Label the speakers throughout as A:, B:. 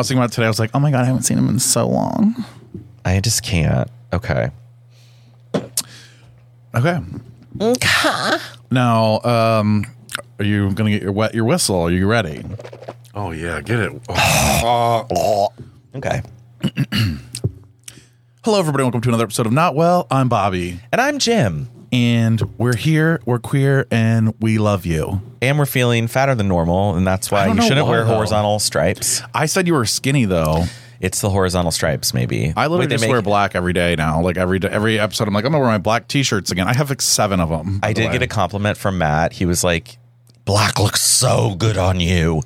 A: was thinking about it today. I was like, oh my god, I haven't seen him in so long.
B: I just can't. Okay.
A: Okay. Now, um, are you gonna get your wet your whistle? Are you ready?
C: Oh yeah, get it.
B: Oh. Okay.
A: Hello, everybody. Welcome to another episode of Not Well. I'm Bobby,
B: And I'm Jim.
A: and we're here. We're queer, and we love you.
B: And we're feeling fatter than normal, and that's
A: I
B: why
A: don't
B: you
A: know
B: shouldn't
A: why,
B: wear
A: though.
B: horizontal stripes.
A: I said you were skinny though.
B: It's the horizontal stripes, maybe.
A: I literally
B: Wait, they
A: just
B: make-
A: wear black every day now. Like every day, every episode, I'm like, I'm gonna wear my black T-shirts again. I have like seven of them.
B: I did get a compliment from Matt. He was like, "Black looks so good on you,"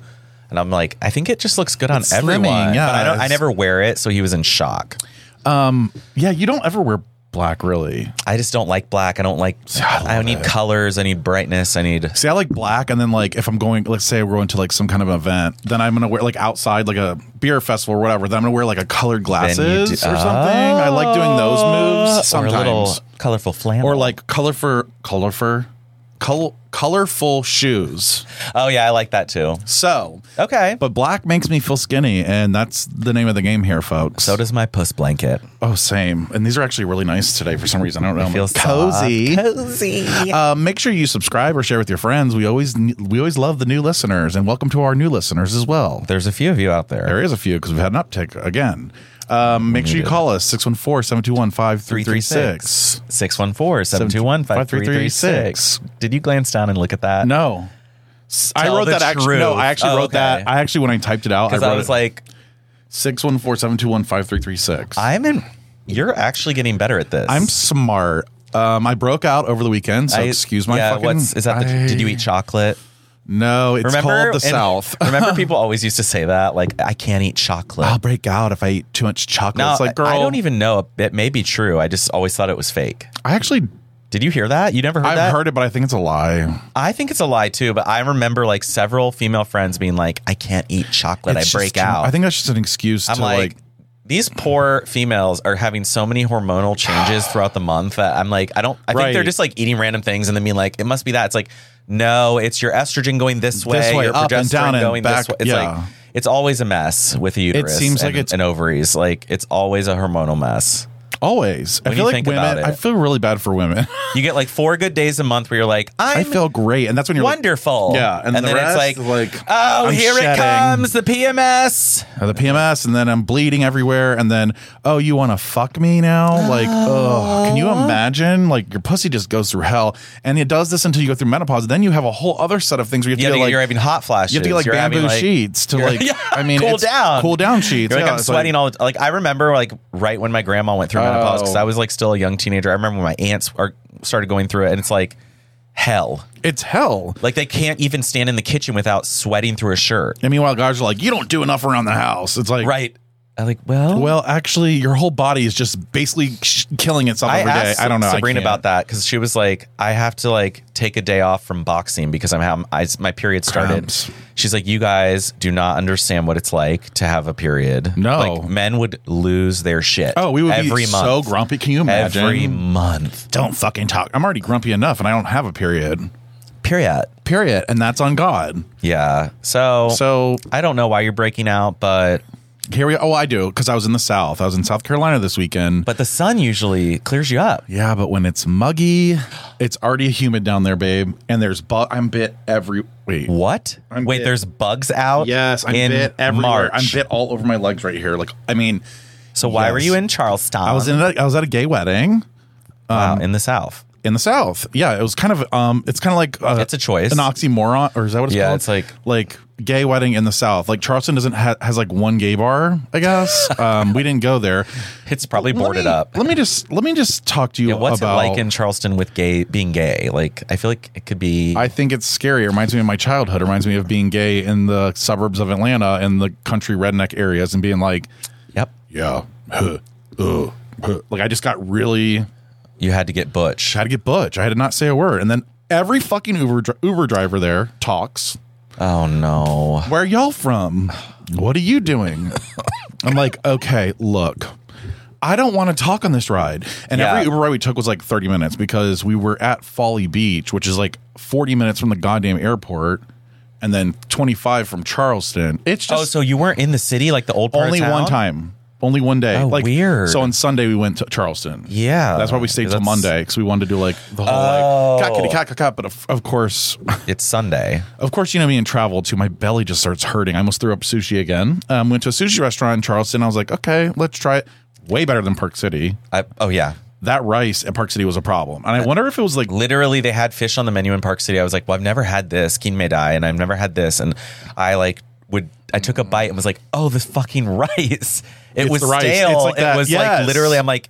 B: and I'm like, "I think it just looks good on
A: It's
B: everyone."
A: slimming,
B: But I, don't, I
A: yes.
B: never wear it, so he was in shock.
A: yeah. You don't ever wear black, really.
B: I just don't like black. I don't like.
A: I love
B: I, need colors. I need brightness. I need.
A: See, I like black, and then like if I'm going, let's say we're going to like some kind of event, then I'm gonna wear like outside, like a beer festival or whatever. Then I'm gonna wear like a colored
B: you do- Oh.
A: glasses or something. I like doing those moves
B: Uh, Or a
A: sometimes, or,
B: little colorful flannel.
A: like colorful, colorful, col- colorful shoes.
B: oh yeah, I like that too.
A: So
B: Okay.
A: But black makes me feel skinny, and that's the name of the game here, folks.
B: so does my puss blanket.
A: oh, same. And these are actually really nice today for some reason. I don't know. I'm
B: feels
A: like, cozy.
B: Cozy.
A: Uh, make sure you subscribe or share with your friends. We always we always love the new listeners, and welcome to our new listeners as well.
B: There's a few of you out there.
A: There is a few because we've had an uptick again. Um, make sure you call us 614 721 5336.
B: 614-721-5336. Did you glance down and look at that?
A: No. S- I
B: Tell
A: wrote
B: the
A: that actually.
B: truth.
A: No, I actually
B: Oh,
A: wrote that.
B: okay.
A: I actually, when I typed it out, I
B: Because
A: wrote
B: I, was
A: it
B: like,
A: 614 721 5336.
B: I'm in. You're actually getting better at this.
A: I'm smart. Um, I broke out over the weekend, so excuse my
B: yeah,
A: fucking.
B: What's, is that? The,
A: I-
B: did you eat chocolate?
A: No, it's called the
B: and-
A: South.
B: remember, people always used to say that, like, I can't eat chocolate.
A: I'll break out if I eat too much chocolate.
B: now,
A: Ah, it's like, girl,
B: I don't even know. It may be true. I just always thought it was fake.
A: I actually,
B: Did you hear that? You never heard
A: I've
B: that?
A: heard it, but I think it's a lie.
B: I think it's a lie too, but I remember like several female friends being like, "I can't eat chocolate.
A: It's
B: I
A: just
B: break
A: too-
B: out."
A: I think that's just an excuse
B: I'm
A: to
B: like,
A: like,
B: these poor females are having so many hormonal changes throughout the month that I'm like, I don't. I think they're
A: Right.
B: just like eating random things and then being like, it must be that. It's like, no, it's your estrogen going this way,
A: way,
B: your
A: up and down
B: progesterone
A: and
B: going this
A: back.
B: way. It's
A: Yeah.
B: like. It's always a mess with the uterus.
A: seems like
B: and-
A: it's-
B: and ovaries. Like it's always a hormonal mess.
A: always. I
B: When
A: feel
B: you
A: like
B: think
A: women.
B: about it.
A: I feel really bad for women.
B: You get like four good days a month where you're like, I'm
A: I feel great, and that's when you're like-
B: wonderful.
A: yeah, and, the
B: then
A: rest
B: it's
A: is
B: like,
A: like,
B: oh,
A: I'm
B: here it
A: shedding.
B: comes, the PMS.
A: "Oh, the PMS, and then I'm bleeding everywhere, and then oh, you want to fuck me now? Like, oh, can you imagine? Like, your pussy just goes through hell, and it does this until you go through menopause. Then you have a whole other set of things where you have
B: Yeah,
A: to get, like
B: you're having hot flashes.
A: you have to get like
B: You're having,
A: bamboo sheets to
B: you're-
A: like.
B: yeah,
A: I mean,
B: cool
A: it's-
B: down.
A: cool down sheets.
B: You're
A: yeah,
B: like I'm
A: it's
B: sweating all the like I remember like right when my grandma went through menopause because I
A: Oh.
B: was like still a young teenager. I remember when my aunts are started going through it, and it's like hell.
A: it's hell.
B: Like they can't even stand in the kitchen without sweating through a shirt.
A: And meanwhile, guys are like, you don't do enough around the house. It's like,
B: Right. I'm like, well,
A: Well, actually, your whole body is just basically sh- killing itself
B: I
A: every day.
B: asked
A: I don't know. I
B: Sabrina
A: can't.
B: about that because she was like, I have to like take a day off from boxing because I'm having I, my period started.
A: Cramps.
B: She's like, you guys do not understand what it's like to have a period.
A: No.
B: like, men would lose their shit.
A: Oh, we would
B: every
A: be
B: month.
A: so grumpy. Can you imagine?
B: every month.
A: don't fucking talk. I'm already grumpy enough, and I don't have a period.
B: Period.
A: Period, and that's on God.
B: Yeah. So
A: So
B: I don't know why you're breaking out, but
A: here we. Oh, I do because I was in the South. I was in South Carolina this weekend.
B: but the sun usually clears you up.
A: yeah, but when it's muggy, it's already humid down there, babe. And there's bug. I'm bit every. Wait.
B: What?
A: I'm
B: Wait,
A: bit.
B: there's bugs out.
A: Yes, I'm
B: in
A: bit everywhere.
B: March.
A: I'm bit all over my legs right here. Like, I mean,
B: So why were
A: Yes.
B: you in Charleston?
A: I was in. um, A, I was at a gay wedding.
B: wow, in the south.
A: in the South. Yeah, it was kind of um, it's kind of like uh
B: It's a choice.
A: an oxymoron, or is that what it's
B: Yeah,
A: called?
B: it's like-
A: like gay wedding in the South. Like Charleston doesn't ha- has like one gay bar, I guess. um, we didn't go there.
B: It's probably
A: Let
B: boarded
A: me-
B: up.
A: Let me just let me just talk to you
B: Yeah, what's
A: about.
B: it like in Charleston with gay being gay? Like, I feel like it could be.
A: I think it's scary. It reminds me of my childhood. It reminds me of being gay in the suburbs of Atlanta and the country redneck areas and being like,
B: yep,
A: yeah, huh, uh, huh. like I just got really
B: you had to get butch.
A: I had to get butch. I had to not say a word. And then every fucking Uber dri- Uber driver there talks.
B: Oh no,
A: Where y'all from? What are you doing? I'm like, okay, look. I don't want to talk on this ride. And
B: Yeah.
A: every Uber ride we took was like 30 minutes because we were at Folly Beach, which is like 40 minutes from the goddamn airport. and then 25 from Charleston. It's just
B: oh, so you weren't in the city like the old part of
A: only one
B: town?
A: time. Only one day.
B: Oh, weird.
A: So on Sunday we went to Charleston.
B: Yeah.
A: that's why we stayed till
B: That's-
A: Monday because we wanted to do like the whole
B: Oh.
A: like cat kitty cat cat cat. But of, of course,
B: It's Sunday.
A: of course, you know me in travel too. My belly just starts hurting. I almost threw up sushi again. Um, went to a sushi restaurant in Charleston. I was like, okay, let's try it. Way better than Park City.
B: I, oh yeah.
A: That rice at Park City was a problem, and I wonder if it was like
B: Literally, they had fish on the menu in Park City. I was like, well, I've never had this kinmei dai, and I've never had this, and I like would I took a bite and was like, oh, this fucking rice. It
A: It's
B: was
A: the rice.
B: stale.
A: It's like that.
B: It was
A: Yes.
B: like literally. I'm like,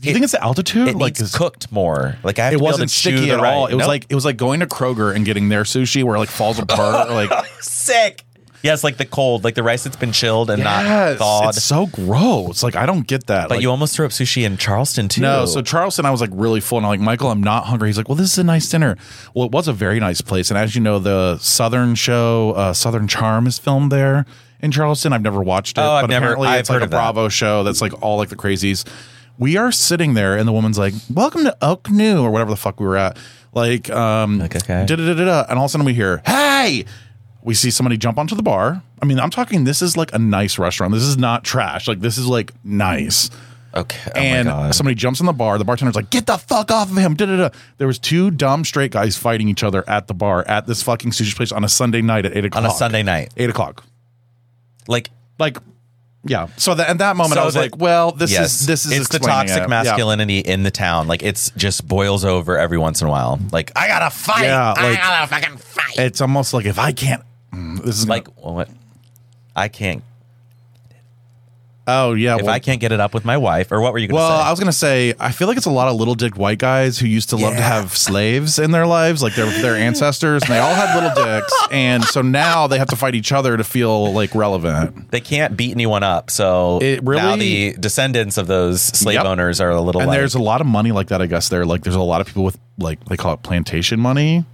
A: Do you think it's the altitude?
B: it
A: like
B: needs
A: is-
B: cooked more. Like I
A: it
B: have to be able
A: wasn't
B: to chew
A: sticky
B: the
A: at all.
B: rice.
A: It was
B: Nope.
A: like it was like going to Kroger and getting their sushi where it like falls apart. like
B: sick. Yes, like the cold, like the rice that's been chilled and not
A: yes,
B: thawed.
A: it's so gross. Like I don't get that.
B: but
A: like,
B: you almost threw up sushi in Charleston too.
A: No, so Charleston, I was like really full, and I'm like, Michael, I'm not hungry. He's like, Well, this is a nice dinner. Well, it was a very nice place, and as you know, the Southern show, uh, Southern Charm, is filmed there in Charleston. I've never watched it,
B: Oh, I've
A: but
B: never-
A: apparently
B: I've
A: it's like
B: heard
A: a
B: of that.
A: Bravo show that's like all like the crazies. We are sitting there, and the woman's like, "Welcome to Oak New" or whatever the fuck we were at. Like, um,
B: Like, okay.
A: da da da da, and all of a sudden we hear, "Hey!" We see somebody jump onto the bar. I mean, I'm talking. This is like a nice restaurant. This is not trash. Like, this is like nice
B: okay, oh
A: and
B: my God.
A: somebody jumps on the bar. The bartender's like, "Get the fuck off of him!" Da-da-da. There was two dumb straight guys fighting each other at the bar at this fucking sushi place on a Sunday night at eight o'clock.
B: on a Sunday night,
A: eight o'clock.
B: like
A: Like, yeah. So that at that moment,
B: So
A: I was
B: that-
A: like, "Well, this
B: yes,
A: is this is
B: it's the
A: explaining
B: toxic
A: it.
B: masculinity in the town. Like it's just boils over every once in a while. Like I gotta fight.
A: Yeah,
B: I
A: like-
B: gotta fucking fight.
A: Yeah. It's almost like if I can't, Mm, this is
B: like what? I can't.
A: oh yeah.
B: If
A: well,
B: I can't get it up with my wife, or what were you gonna
A: Well,
B: say?
A: I was gonna say, I feel like it's a lot of little dick white guys who used to love to
B: Yeah.
A: have slaves in their lives, like their their ancestors, and they all had little dicks, and so now they have to fight each other to feel like relevant.
B: they can't beat anyone up, so
A: It
B: now
A: really-
B: the descendants of those slave
A: Yep.
B: owners are a little.
A: and
B: like,
A: there's a lot of money like that i guess there like there's a lot of people with like they call it plantation money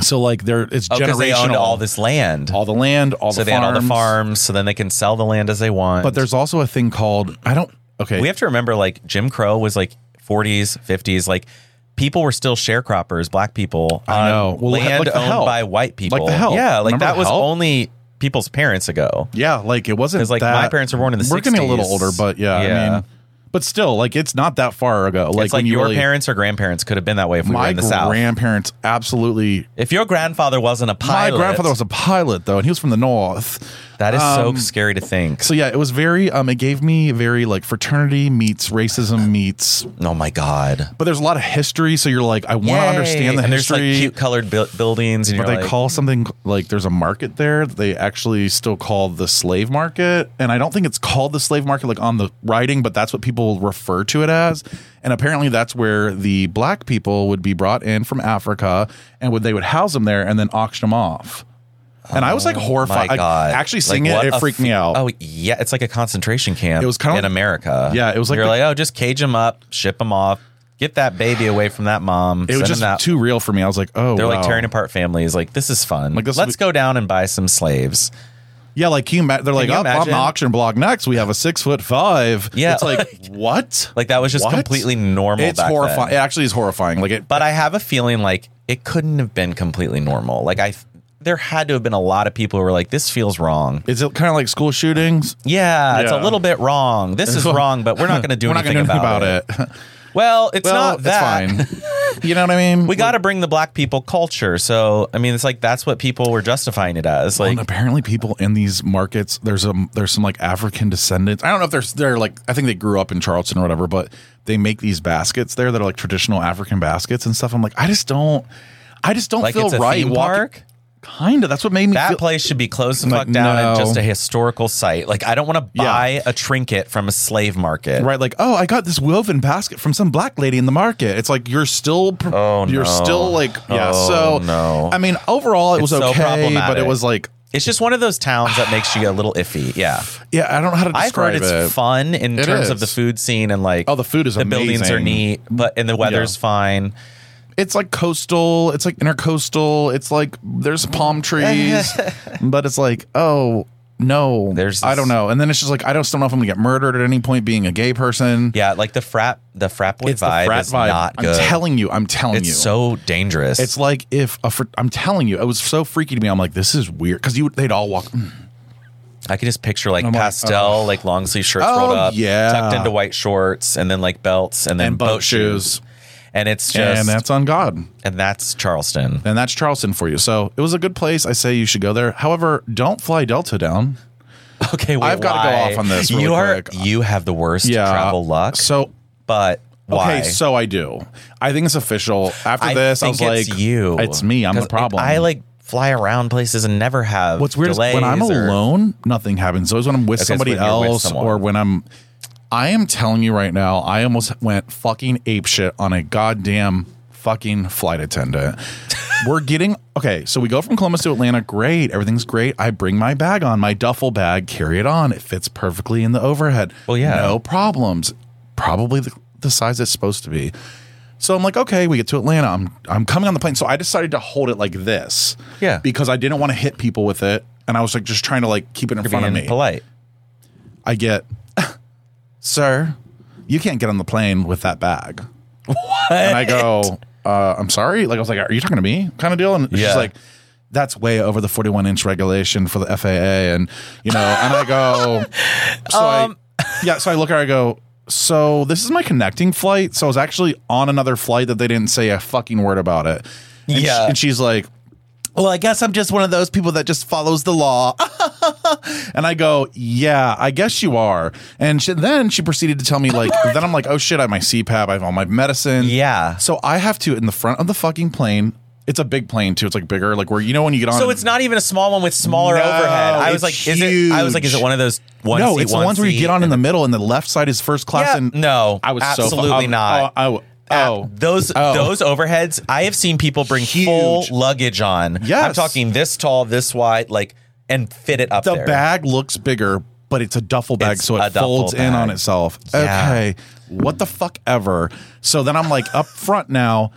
A: so like there it's
B: Oh, 'cause
A: generational
B: They owned all this land.
A: all the land all
B: so
A: the
B: they
A: farms,
B: own all the farms, so then they can sell the land as they want.
A: but there's also a thing called i don't okay
B: we have to remember like Jim Crow was like 40s, 50s, like people were still sharecroppers, black people
A: I know.
B: on
A: Well, like
B: land
A: the
B: owned
A: help.
B: by white people.
A: Like the help.
B: Yeah, like
A: Remember
B: that
A: the
B: was
A: help?
B: only people's parents ago.
A: yeah like it wasn't
B: 'Cause, like,
A: that-
B: my parents were born in the
A: we're getting a
B: 60s.
A: little older but yeah, i
B: Yeah.
A: mean but still like it's not that far ago like,
B: it's like
A: when you
B: your
A: really-
B: parents or grandparents could have been that way if we were
A: my
B: in the South.
A: grandparents absolutely
B: If your grandfather wasn't a pilot,
A: my grandfather was a pilot though and he was from the north
B: that is
A: um,
B: so scary to think.
A: so yeah it was very um it gave me very like fraternity meets racism meets
B: oh my god.
A: but there's a lot of history, so you're like, I want to
B: Yay.
A: understand the
B: and
A: history.
B: There's like cute colored buil- buildings, and
A: but
B: you're
A: they
B: like,
A: call something like there's a market there that they actually still call the slave market, and I don't think it's called the slave market like on the writing, but that's what people refer to it as. And apparently, that's where the black people would be brought in from Africa, and would they would house them there and then auction them off. And I was like horrified.
B: Oh My
A: Like,
B: God,
A: actually,
B: Like,
A: seeing
B: what
A: it,
B: a
A: it freaked me
B: fe-
A: out.
B: Oh yeah, it's like a concentration camp.
A: It was kinda
B: in
A: like-
B: America.
A: Yeah, it was like
B: you're
A: the-
B: like, oh, just cage them up, ship them off, get that baby away from that mom.
A: it was just
B: that.
A: too real for me. I was like, oh,
B: They're like
A: wow.
B: tearing apart families. Like this is fun.
A: Like, this
B: Let's
A: would-
B: go down and buy some slaves.
A: Yeah, like can you ima- they're like,
B: you
A: up on
B: imagine?
A: the auction block next, we have a six foot five.
B: Yeah,
A: it's like what?
B: Like that was just
A: What?
B: completely normal.
A: It's
B: back then.
A: horrifying. It actually is horrifying. Like it,
B: But I have a feeling like it couldn't have been completely normal. Like I, there had to have been a lot of people who were like, this feels wrong.
A: is it kind of like school shootings?
B: Yeah, it's
A: Yeah.
B: a little bit wrong. This is wrong, but we're not going to do
A: We're not
B: anything
A: gonna do
B: about, it.
A: it.
B: Well, it's
A: well,
B: not that.
A: it's fine. you know what I mean?
B: we got to bring the black people culture. So I mean, it's like that's what people were justifying it as. Like,
A: And apparently, people in these markets, there's um, there's some like African descendants. I don't know if there's they're like I think they grew up in Charleston or whatever, but they make these baskets there that are like traditional African baskets and stuff. I'm like, I just don't, I just don't
B: Like
A: feel
B: it's a
A: right.
B: theme
A: walking-
B: park?
A: Kinda. That's what made me
B: that
A: feel.
B: place should be closed the fuck
A: like,
B: down
A: no.
B: and just a historical site. Like, I don't want to
A: Yeah.
B: buy a trinket from a slave market.
A: Right, like, oh, I got this woven basket from some black lady in the market. It's like you're still, pr-
B: Oh,
A: you're
B: no.
A: still like, yeah.
B: Oh,
A: so,
B: no.
A: I mean, overall, it was
B: It's so
A: okay, but it
B: problematic.
A: was like,
B: It's just one of those towns that makes you a little iffy. Yeah,
A: yeah, I don't know how to
B: I've
A: describe
B: heard
A: it.
B: it's fun in
A: It
B: terms
A: is.
B: of the food scene and like,
A: Oh, the food is
B: the buildings are
A: amazing.
B: neat, but and the weather's fine.
A: It's like coastal. It's like intercoastal. It's like there's palm trees, but it's like, oh, no,
B: There's
A: I
B: this-
A: don't know. And then it's just like I don't still know if I'm gonna get murdered at any point being a gay person.
B: Yeah, like the frat, the frat boy
A: it's the
B: vibe
A: frat
B: is
A: vibe.
B: not good.
A: I'm telling you, I'm telling
B: it's
A: you.
B: so dangerous.
A: it's like if a fr- I'm telling you, it was so freaky to me. I'm like, this is weird because you they'd all walk. mm,
B: I can just picture like
A: I'm like,
B: pastel, like, long sleeve shirts
A: Oh,
B: rolled up,
A: yeah.
B: tucked into white shorts, and then like belts, and then
A: And boat shoes.
B: and it's just
A: and that's on God.
B: and that's Charleston.
A: and that's Charleston for you. So it was a good place. I say you should go there. However, don't fly Delta down.
B: Okay, wait,
A: I've gotta go
B: why?
A: off on this really
B: you are
A: quick.
B: you have the worst
A: Yeah.
B: travel luck.
A: So
B: but why?
A: okay, so I do. I think it's official. After
B: I
A: this, I was
B: think
A: like,
B: it's you.
A: It's me. I'm
B: 'Cause
A: the problem.
B: I like fly around places and never have.
A: What's weird is
B: delays
A: when I'm
B: or-
A: alone, nothing happens. Always when I'm with
B: Okay, so
A: somebody
B: when you're with
A: else,
B: someone.
A: or when I'm, I am telling you right now, I almost went fucking apeshit on a goddamn fucking flight attendant. We're getting okay, so we go from Columbus to Atlanta. Great, everything's great. I bring my bag on, my duffel bag, carry it on. It fits perfectly in the overhead.
B: Well, yeah.
A: no problems. Probably the, the size it's supposed to be. So I'm like, okay, we get to Atlanta. I'm I'm coming on the plane. So I decided to hold it like this.
B: Yeah.
A: Because I didn't want to hit people with it. And I was like just trying to like keep it in front of
B: being
A: me.
B: polite.
A: I get Sir, you can't get on the plane with that bag.
B: What?
A: And I go, uh, I'm sorry. Like I was like, Are you talking to me? Kind of deal. And she's
B: Yeah.
A: like, that's way over the 41 inch regulation for the FAA. And, you know, and I go, so
B: Um.
A: I, yeah, so I look at her, I go, so this is my connecting flight. So I was actually on another flight that they didn't say a fucking word about it. And she-
B: Yeah.
A: and she's like, well, I guess I'm just one of those people that just follows the law. and I go, yeah, I guess you are. And she, then she proceeded to tell me, like, then I'm like, oh shit, I have my CPAP, I have all my medicine.
B: Yeah.
A: So I have to, in the front of the fucking plane, it's a big plane too. It's like bigger, like where, you know, when you get on.
B: So it's not even a small one with smaller
A: No,
B: overhead. I
A: it's
B: was like, is it? I was like, is
A: huge.
B: it one of those one?
A: no,
B: seat,
A: it's the
B: one
A: ones where you
B: seat?
A: get on in the middle and the left side is first class.
B: Yeah,
A: and
B: no,
A: I was so
B: absolutely
A: fu-
B: not.
A: Oh, oh,
B: Uh,
A: oh.
B: those
A: Oh.
B: those overheads. I have seen people bring
A: Huge.
B: full luggage on. I'm
A: Yes.
B: talking this tall, this wide, like, and fit it up
A: the
B: there.
A: bag looks bigger, but it's a duffel bag,
B: It's
A: so
B: a
A: it
B: duffel
A: folds in on
B: bag.
A: itself.
B: Yeah.
A: Okay, what the fuck ever. So then I'm like up front now.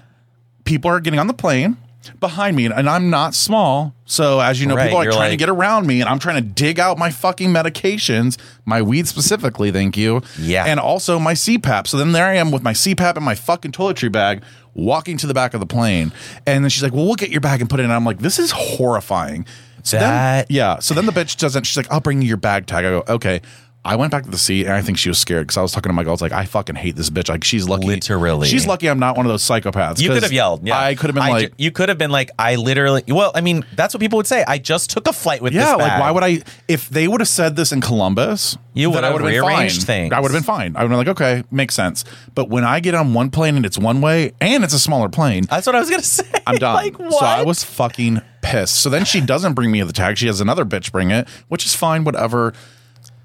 A: People are getting on the plane behind me, and- and I'm not small. So as you know,
B: Right,
A: people are
B: you're
A: trying to
B: like-
A: get around me, and I'm trying to dig out my fucking medications, my weed specifically, thank you.
B: Yeah.
A: and also my CPAP. So then there I am with my CPAP and my fucking toiletry bag. Walking to the back of the plane, and then she's like, "Well, we'll get your bag and put it." in. And I'm like, "This is horrifying." So then,
B: That-
A: yeah. So then the bitch doesn't. She's like, I'll bring you your bag tag. I go, okay. I went back to the seat and I think she was scared because I was talking to my girl. I was like, I fucking hate this bitch. Like, she's lucky.
B: Literally.
A: She's lucky I'm not one of those psychopaths.
B: You
A: 'cause
B: could have yelled. Yeah,
A: I could have been
B: ju-
A: like,
B: you could have been like, I literally. Well, I mean, that's what people would say. I just took a flight with.
A: yeah,
B: this
A: like,
B: bag.
A: why would I? If they would have said this in Columbus,
B: You
A: then
B: would
A: I
B: have
A: would've been
B: rearranged
A: fine.
B: things.
A: I would have been fine. I would have been like, okay, makes sense. But when I get on one plane and it's one way and it's a smaller plane,
B: That's what I was gonna say.
A: I'm done.
B: like what?
A: So I was fucking pissed. So then she doesn't bring me the tag. She has another bitch bring it, which is fine, whatever.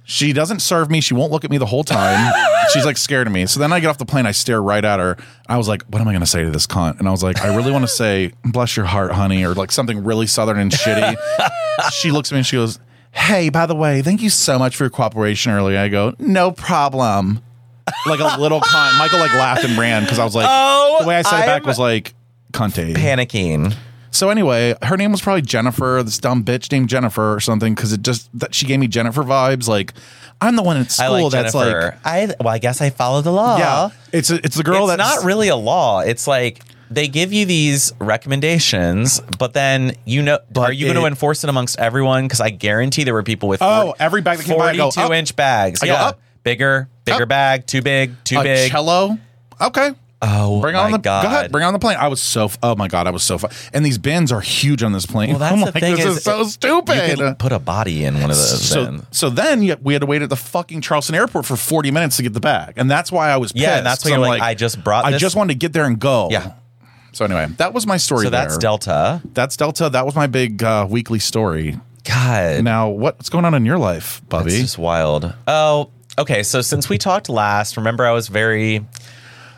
A: She doesn't serve me. She won't look at me the whole time. She's like scared of me. So then I get off the plane. I stare right at her. I was like, what am I going to say to this cunt? And I was like, I really want to say, bless your heart, honey, or like something really southern and shitty. she looks at me and she goes, hey, by the way, thank you so much for your cooperation earlier. I go, no problem. Like a little cunt. Michael like laughed and ran because I was like,
B: Oh,
A: the way I said it back
B: I'm
A: was like, cunty.
B: panicking.
A: So anyway, her name was probably Jennifer, this dumb bitch named Jennifer or something, because it just that she gave me Jennifer vibes. Like I'm the one at
B: I
A: school
B: like
A: that's
B: Jennifer. I well, I guess I follow the law.
A: like, yeah, it's a, it's the girl
B: it's
A: that's
B: not really a law. It's like they give you these recommendations, but then you know, are you going to
A: it-
B: enforce it amongst everyone? Because I guarantee there were people with
A: Oh,
B: forty-
A: every bag that came by, I go,
B: forty-two
A: up.
B: inch bags.
A: I go,
B: yeah,
A: up.
B: bigger, bigger
A: Up.
B: bag, too big, too
A: a
B: big.
A: cello. Okay.
B: oh,
A: Bring on
B: my
A: the
B: god!
A: go ahead, bring on the plane. I was so f- oh my god, I was so fu- and these bins are huge on this plane. Oh
B: well, that's
A: I'm
B: the
A: like,
B: thing
A: this
B: is,
A: is, so
B: You
A: stupid.
B: could put a body in one of those.
A: so,
B: then.
A: so then yeah, we had to wait at the fucking Charleston airport for 40 minutes to get the bag. And that's why I was pissed.
B: Yeah, and that's why
A: I'm
B: you're like, I just brought
A: I
B: this-
A: just wanted to get there and go.
B: Yeah.
A: So anyway, that was my story
B: So
A: there.
B: that's Delta.
A: That's Delta. That was my big uh, weekly story.
B: God,
A: Now, what's going on in your life, Bubby?
B: It's just wild. Oh, okay. So since we talked last, remember I was very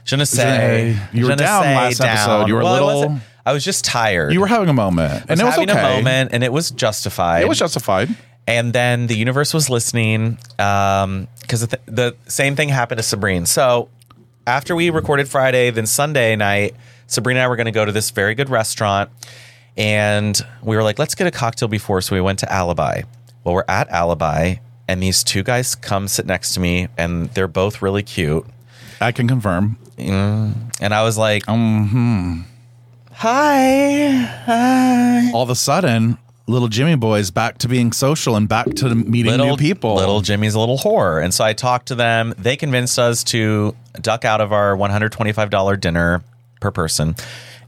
B: je ne sais.
A: Je- you were
B: je ne
A: down last
B: sais
A: episode. You were a
B: Well, I
A: little-
B: wasn't- I was just tired.
A: you were having a moment, and
B: I
A: it was
B: having
A: okay.
B: a moment, and it was justified.
A: It was justified.
B: and then the universe was listening um because the, th- the same thing happened to sabrine so after we recorded friday then sunday night sabrina and i were going to go to this very good restaurant and we were like let's get a cocktail before so we went to alibi Well, we're at Alibi, and these two guys come sit next to me, and they're both really cute.
A: I can confirm.
B: And I was like, um, hi, hi.
A: All of a sudden, little Jimmy boy is back to being social and back to meeting new people.
B: Little Jimmy's a little whore. And so I talked to them. They convinced us to duck out of our $125 dinner per person.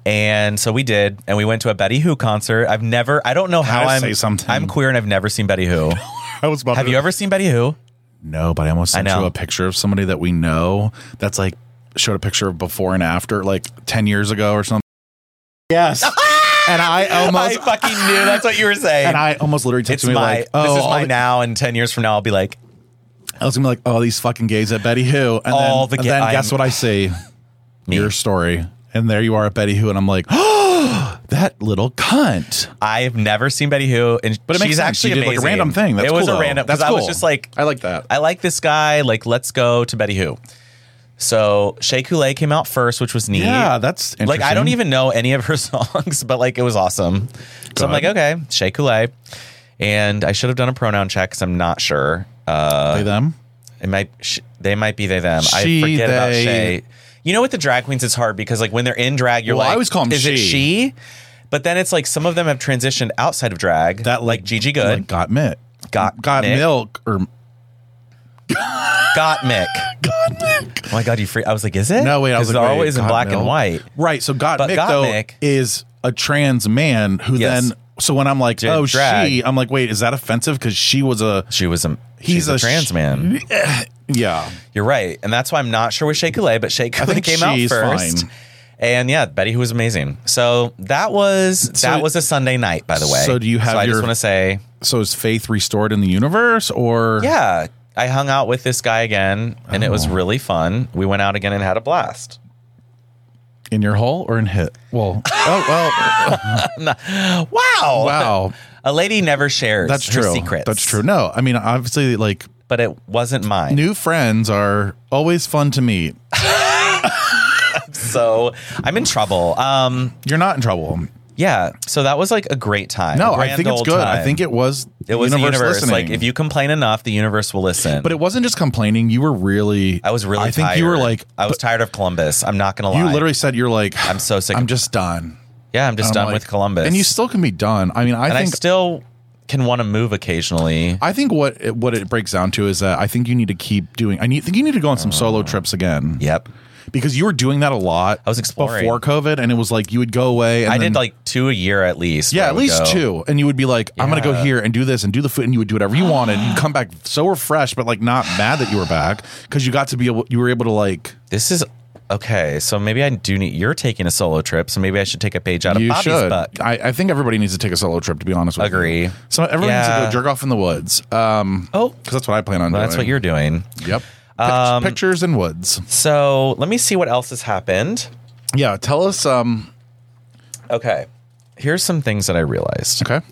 B: And so we did, and we went to a Betty Who concert. I've never, I don't know how
A: Gotta
B: I'm,
A: say something.
B: I'm queer and I've never seen Betty Who.
A: I was about
B: Have
A: to-
B: you ever seen Betty Who?
A: No, but I almost sent
B: know.
A: you a picture of somebody that we know that's like showed a picture of before and after, like ten years ago or something. Yes. and I almost
B: I fucking knew that's what you were saying.
A: and I almost literally texted
B: it's
A: me
B: my,
A: like, "Oh,
B: this is
A: all
B: my
A: the-
B: now, and 10 years from now, I'll be like,
A: I was gonna be like, oh, these fucking gays at Betty Who, and
B: All the
A: then,
B: ga-
A: and then
B: I'm-
A: guess what I see? Your story, and there you are at Betty Who, and I'm like, oh, that little cunt.
B: I've never seen Betty Who, and
A: But it
B: she's
A: makes sense.
B: actually
A: She did like
B: amazing.
A: a random thing. That's
B: it was
A: cool,
B: a
A: though.
B: random. Because
A: That's
B: I was
A: cool.
B: just like,
A: I like that.
B: I like this guy. Like, let's go to Betty Who. So Shea Coulee came out first, which was neat.
A: yeah, that's interesting.
B: Like I don't even know any of her songs, but like it was awesome. So
A: Good.
B: I'm like, okay, Shea Coulee, and I should have done a pronoun check because I'm not sure. Uh,
A: play them.
B: It might sh- they might be they them.
A: She,
B: I forget about
A: they-
B: Shay. You know, with the drag queens, it's hard because like when they're in drag, you're
A: Well, I
B: like,
A: always call 'em
B: is
A: she.
B: it she? But then it's like some of them have transitioned outside of drag.
A: That
B: like Gigi Good,
A: like, got mit,
B: Got
A: got
B: Mick.
A: milk or
B: got Mick.
A: got milk.
B: Oh my god, you free! I was like, is it?
A: No, wait, I was
B: Because
A: like,
B: they're
A: wait,
B: always in
A: God,
B: black
A: no.
B: and white.
A: Right. So God
B: But
A: Mick,
B: God
A: though,
B: Mick-
A: is a trans man who
B: Yes.
A: then. So when I'm like,
B: Did
A: oh,
B: drag.
A: she, I'm like, wait, is that offensive? Because she was a.
B: She was a
A: He's
B: she's a,
A: a
B: trans
A: sh-
B: man.
A: Yeah.
B: You're right, and that's why I'm not sure with Shea Coulee, but Shea Coulee
A: think
B: came out
A: she's
B: first.
A: fine.
B: And yeah, Betty, who was amazing. So that was that was a Sunday night, by the way.
A: so do you have
B: I
A: your-
B: just want to say
A: So is faith restored in the universe or.
B: Yeah. I hung out with this guy again and it
A: Oh.
B: was really fun. We went out again and had a blast.
A: In your hole or in hit? Well, oh, well,
B: Wow.
A: wow.
B: A lady never shares
A: That's
B: her
A: true.
B: secrets.
A: That's true. No, I mean, obviously, like,
B: But it wasn't mine.
A: new friends are always fun to meet.
B: So I'm in trouble. Um
A: You're not in trouble.
B: yeah. So that was like a great time.
A: No,
B: A
A: I
B: grand
A: think it's
B: old
A: good. I
B: time.
A: think it was.
B: it was the universe. Like
A: listening.
B: if you complain enough, the universe will listen.
A: But it wasn't just complaining. You were really.
B: I was really
A: I think
B: tired.
A: you were like.
B: I was tired of Columbus. I'm not gonna lie.
A: You literally said you're like I'm
B: so sick
A: I'm
B: of-
A: just done.
B: Yeah, I'm just
A: I'm
B: done
A: like-
B: with Columbus.
A: And you still can be done. I mean, I
B: and I
A: think I,
B: still can want to move occasionally.
A: think what it, what it breaks down to is that I think you need to keep doing. I need think you need to go on
B: Oh.
A: some solo trips again.
B: Yep.
A: Because you were doing that a lot.
B: I was exploring.
A: before COVID, and it was like you would go away. And
B: I
A: then-
B: did like two a year at least.
A: yeah,
B: where I
A: at
B: would
A: least
B: go.
A: two, and you would be like, I'm gonna go
B: Yeah.
A: here and do this and do the food, and you would do whatever you wanted. You'd come back so refreshed, but like not mad that you were back because you got to be able. You were able to like.
B: This is okay. So maybe I do need. You're taking a solo trip, so maybe I should take a page out of
A: You
B: Bobby's
A: should.
B: book.
A: I, I think everybody needs to take a solo trip. To be honest with you,
B: Agree.
A: So everyone
B: Yeah.
A: needs to go jerk off in the woods. Um,
B: Oh,
A: because that's what I plan on
B: well,
A: doing.
B: that's what you're Um, doing.
A: Yep. Pic- pictures and woods.
B: So let me see what else has happened.
A: Yeah. Tell us. Um.
B: Okay, here's some things that I realized,
A: Okay.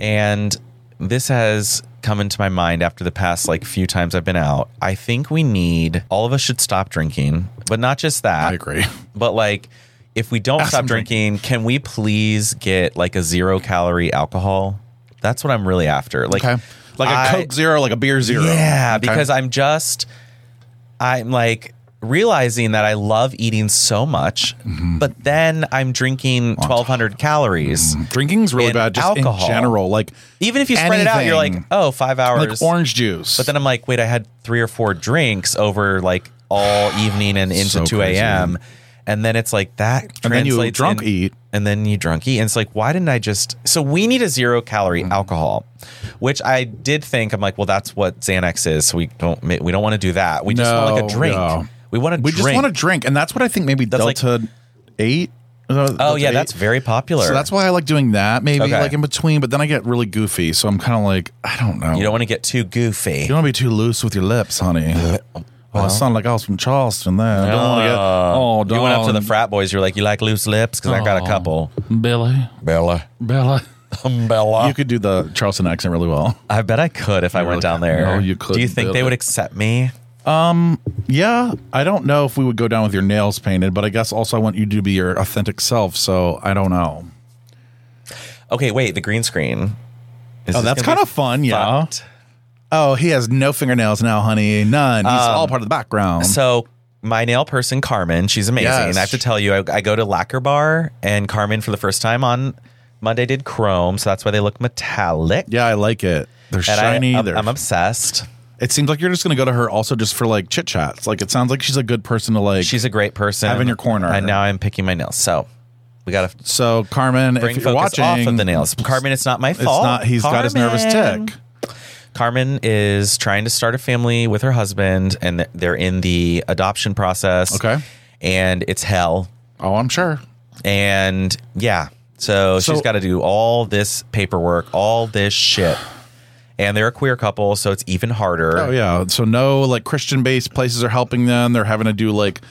B: and this has come into my mind after the past like few times I've been out. I think we need all of us should stop drinking, but not just that.
A: I agree.
B: But like, if we don't stop
A: some drink.
B: drinking, can we please get like a zero calorie alcohol? That's what I'm really after. Like,
A: Okay. Like a
B: I-
A: Coke Zero, like a beer Zero.
B: Yeah,
A: Okay.
B: because I'm just, I'm like realizing that I love eating so much,
A: Mm-hmm.
B: but then I'm drinking 1,200 calories.
A: Mm-hmm. drinking's really
B: in
A: bad. Just
B: alcohol.
A: in general, like
B: Even if you spread it out, you're like,
A: Anything.
B: oh, five
A: like
B: hours.
A: orange juice.
B: But then I'm like, wait, I had three or four drinks over like all evening and into
A: So
B: 2
A: crazy.
B: a.m. And then it's like that
A: And then you
B: translates
A: drunk
B: in-
A: eat.
B: And then you drunk eat. And it's like, why didn't I just. So we need a zero
A: Mm.
B: calorie alcohol, which I did think. I'm like, well, that's what Xanax is. So we don't ma- we don't want to do that. We just want like a
A: No,
B: drink.
A: no.
B: We want to
A: we
B: drink.
A: just want to drink, and that's what I think. Maybe
B: like-
A: Delta Eight.
B: oh, yeah, that's very popular.
A: So that's why I like doing that, maybe
B: Okay.
A: like in between. But then I get really goofy, so I'm kind of like, I don't know.
B: you don't want to get too goofy.
A: You don't want to be too loose with your lips, honey. Oh, I sound like I was from Charleston there. I don't wanna get- oh,
B: you went up to the
A: darling. Oh.
B: frat boys. You're like, you like loose lips? Because I got a couple.
A: Billy.
B: Bella.
A: Bella.
B: Bella.
A: You could do the Charleston accent really well.
B: I bet I could if I went
A: really
B: down
A: could.
B: there.
A: No, you
B: Do you
A: couldn't
B: think
A: do
B: they
A: it.
B: would accept me?
A: Yeah, I don't know if we would go down with your nails painted, but I guess also I want you to be your authentic self, so I don't know.
B: Okay, wait, the green screen. Is
A: Oh,
B: this
A: that's
B: gonna
A: kind
B: be
A: of fun, yeah.
B: fucked?
A: Oh, he has no fingernails now, honey. None. He's all part of the background.
B: Um, So my nail person, Carmen, she's amazing.
A: Yes.
B: And I have to tell you, I, I go to Lacquer Bar, and Carmen for the first time on Monday did chrome, so that's why they look metallic.
A: yeah, I like it. They're
B: And
A: shiny.
B: I, I'm,
A: they're-
B: I'm obsessed.
A: it seems like you're just gonna go to her also just for like chit chats. Like it sounds like she's a good person to like.
B: She's a great person.
A: Have in your corner.
B: And now I'm picking my nails. So we gotta
A: so Carmen, if
B: bring
A: you're
B: focus
A: watching,
B: off of the nails. Carmen, it's not my
A: it's
B: fault.
A: not. He's got his nervous
B: Carmen.
A: tick.
B: Carmen is trying to start a family with her husband, and th- they're in the adoption process.
A: Okay.
B: And it's hell.
A: Oh, I'm sure.
B: And yeah, so,
A: So-
B: she's got to do all this paperwork, all this shit. And they're a queer couple, so it's even harder.
A: Oh yeah. So no like Christian based places are helping them. They're having to do like,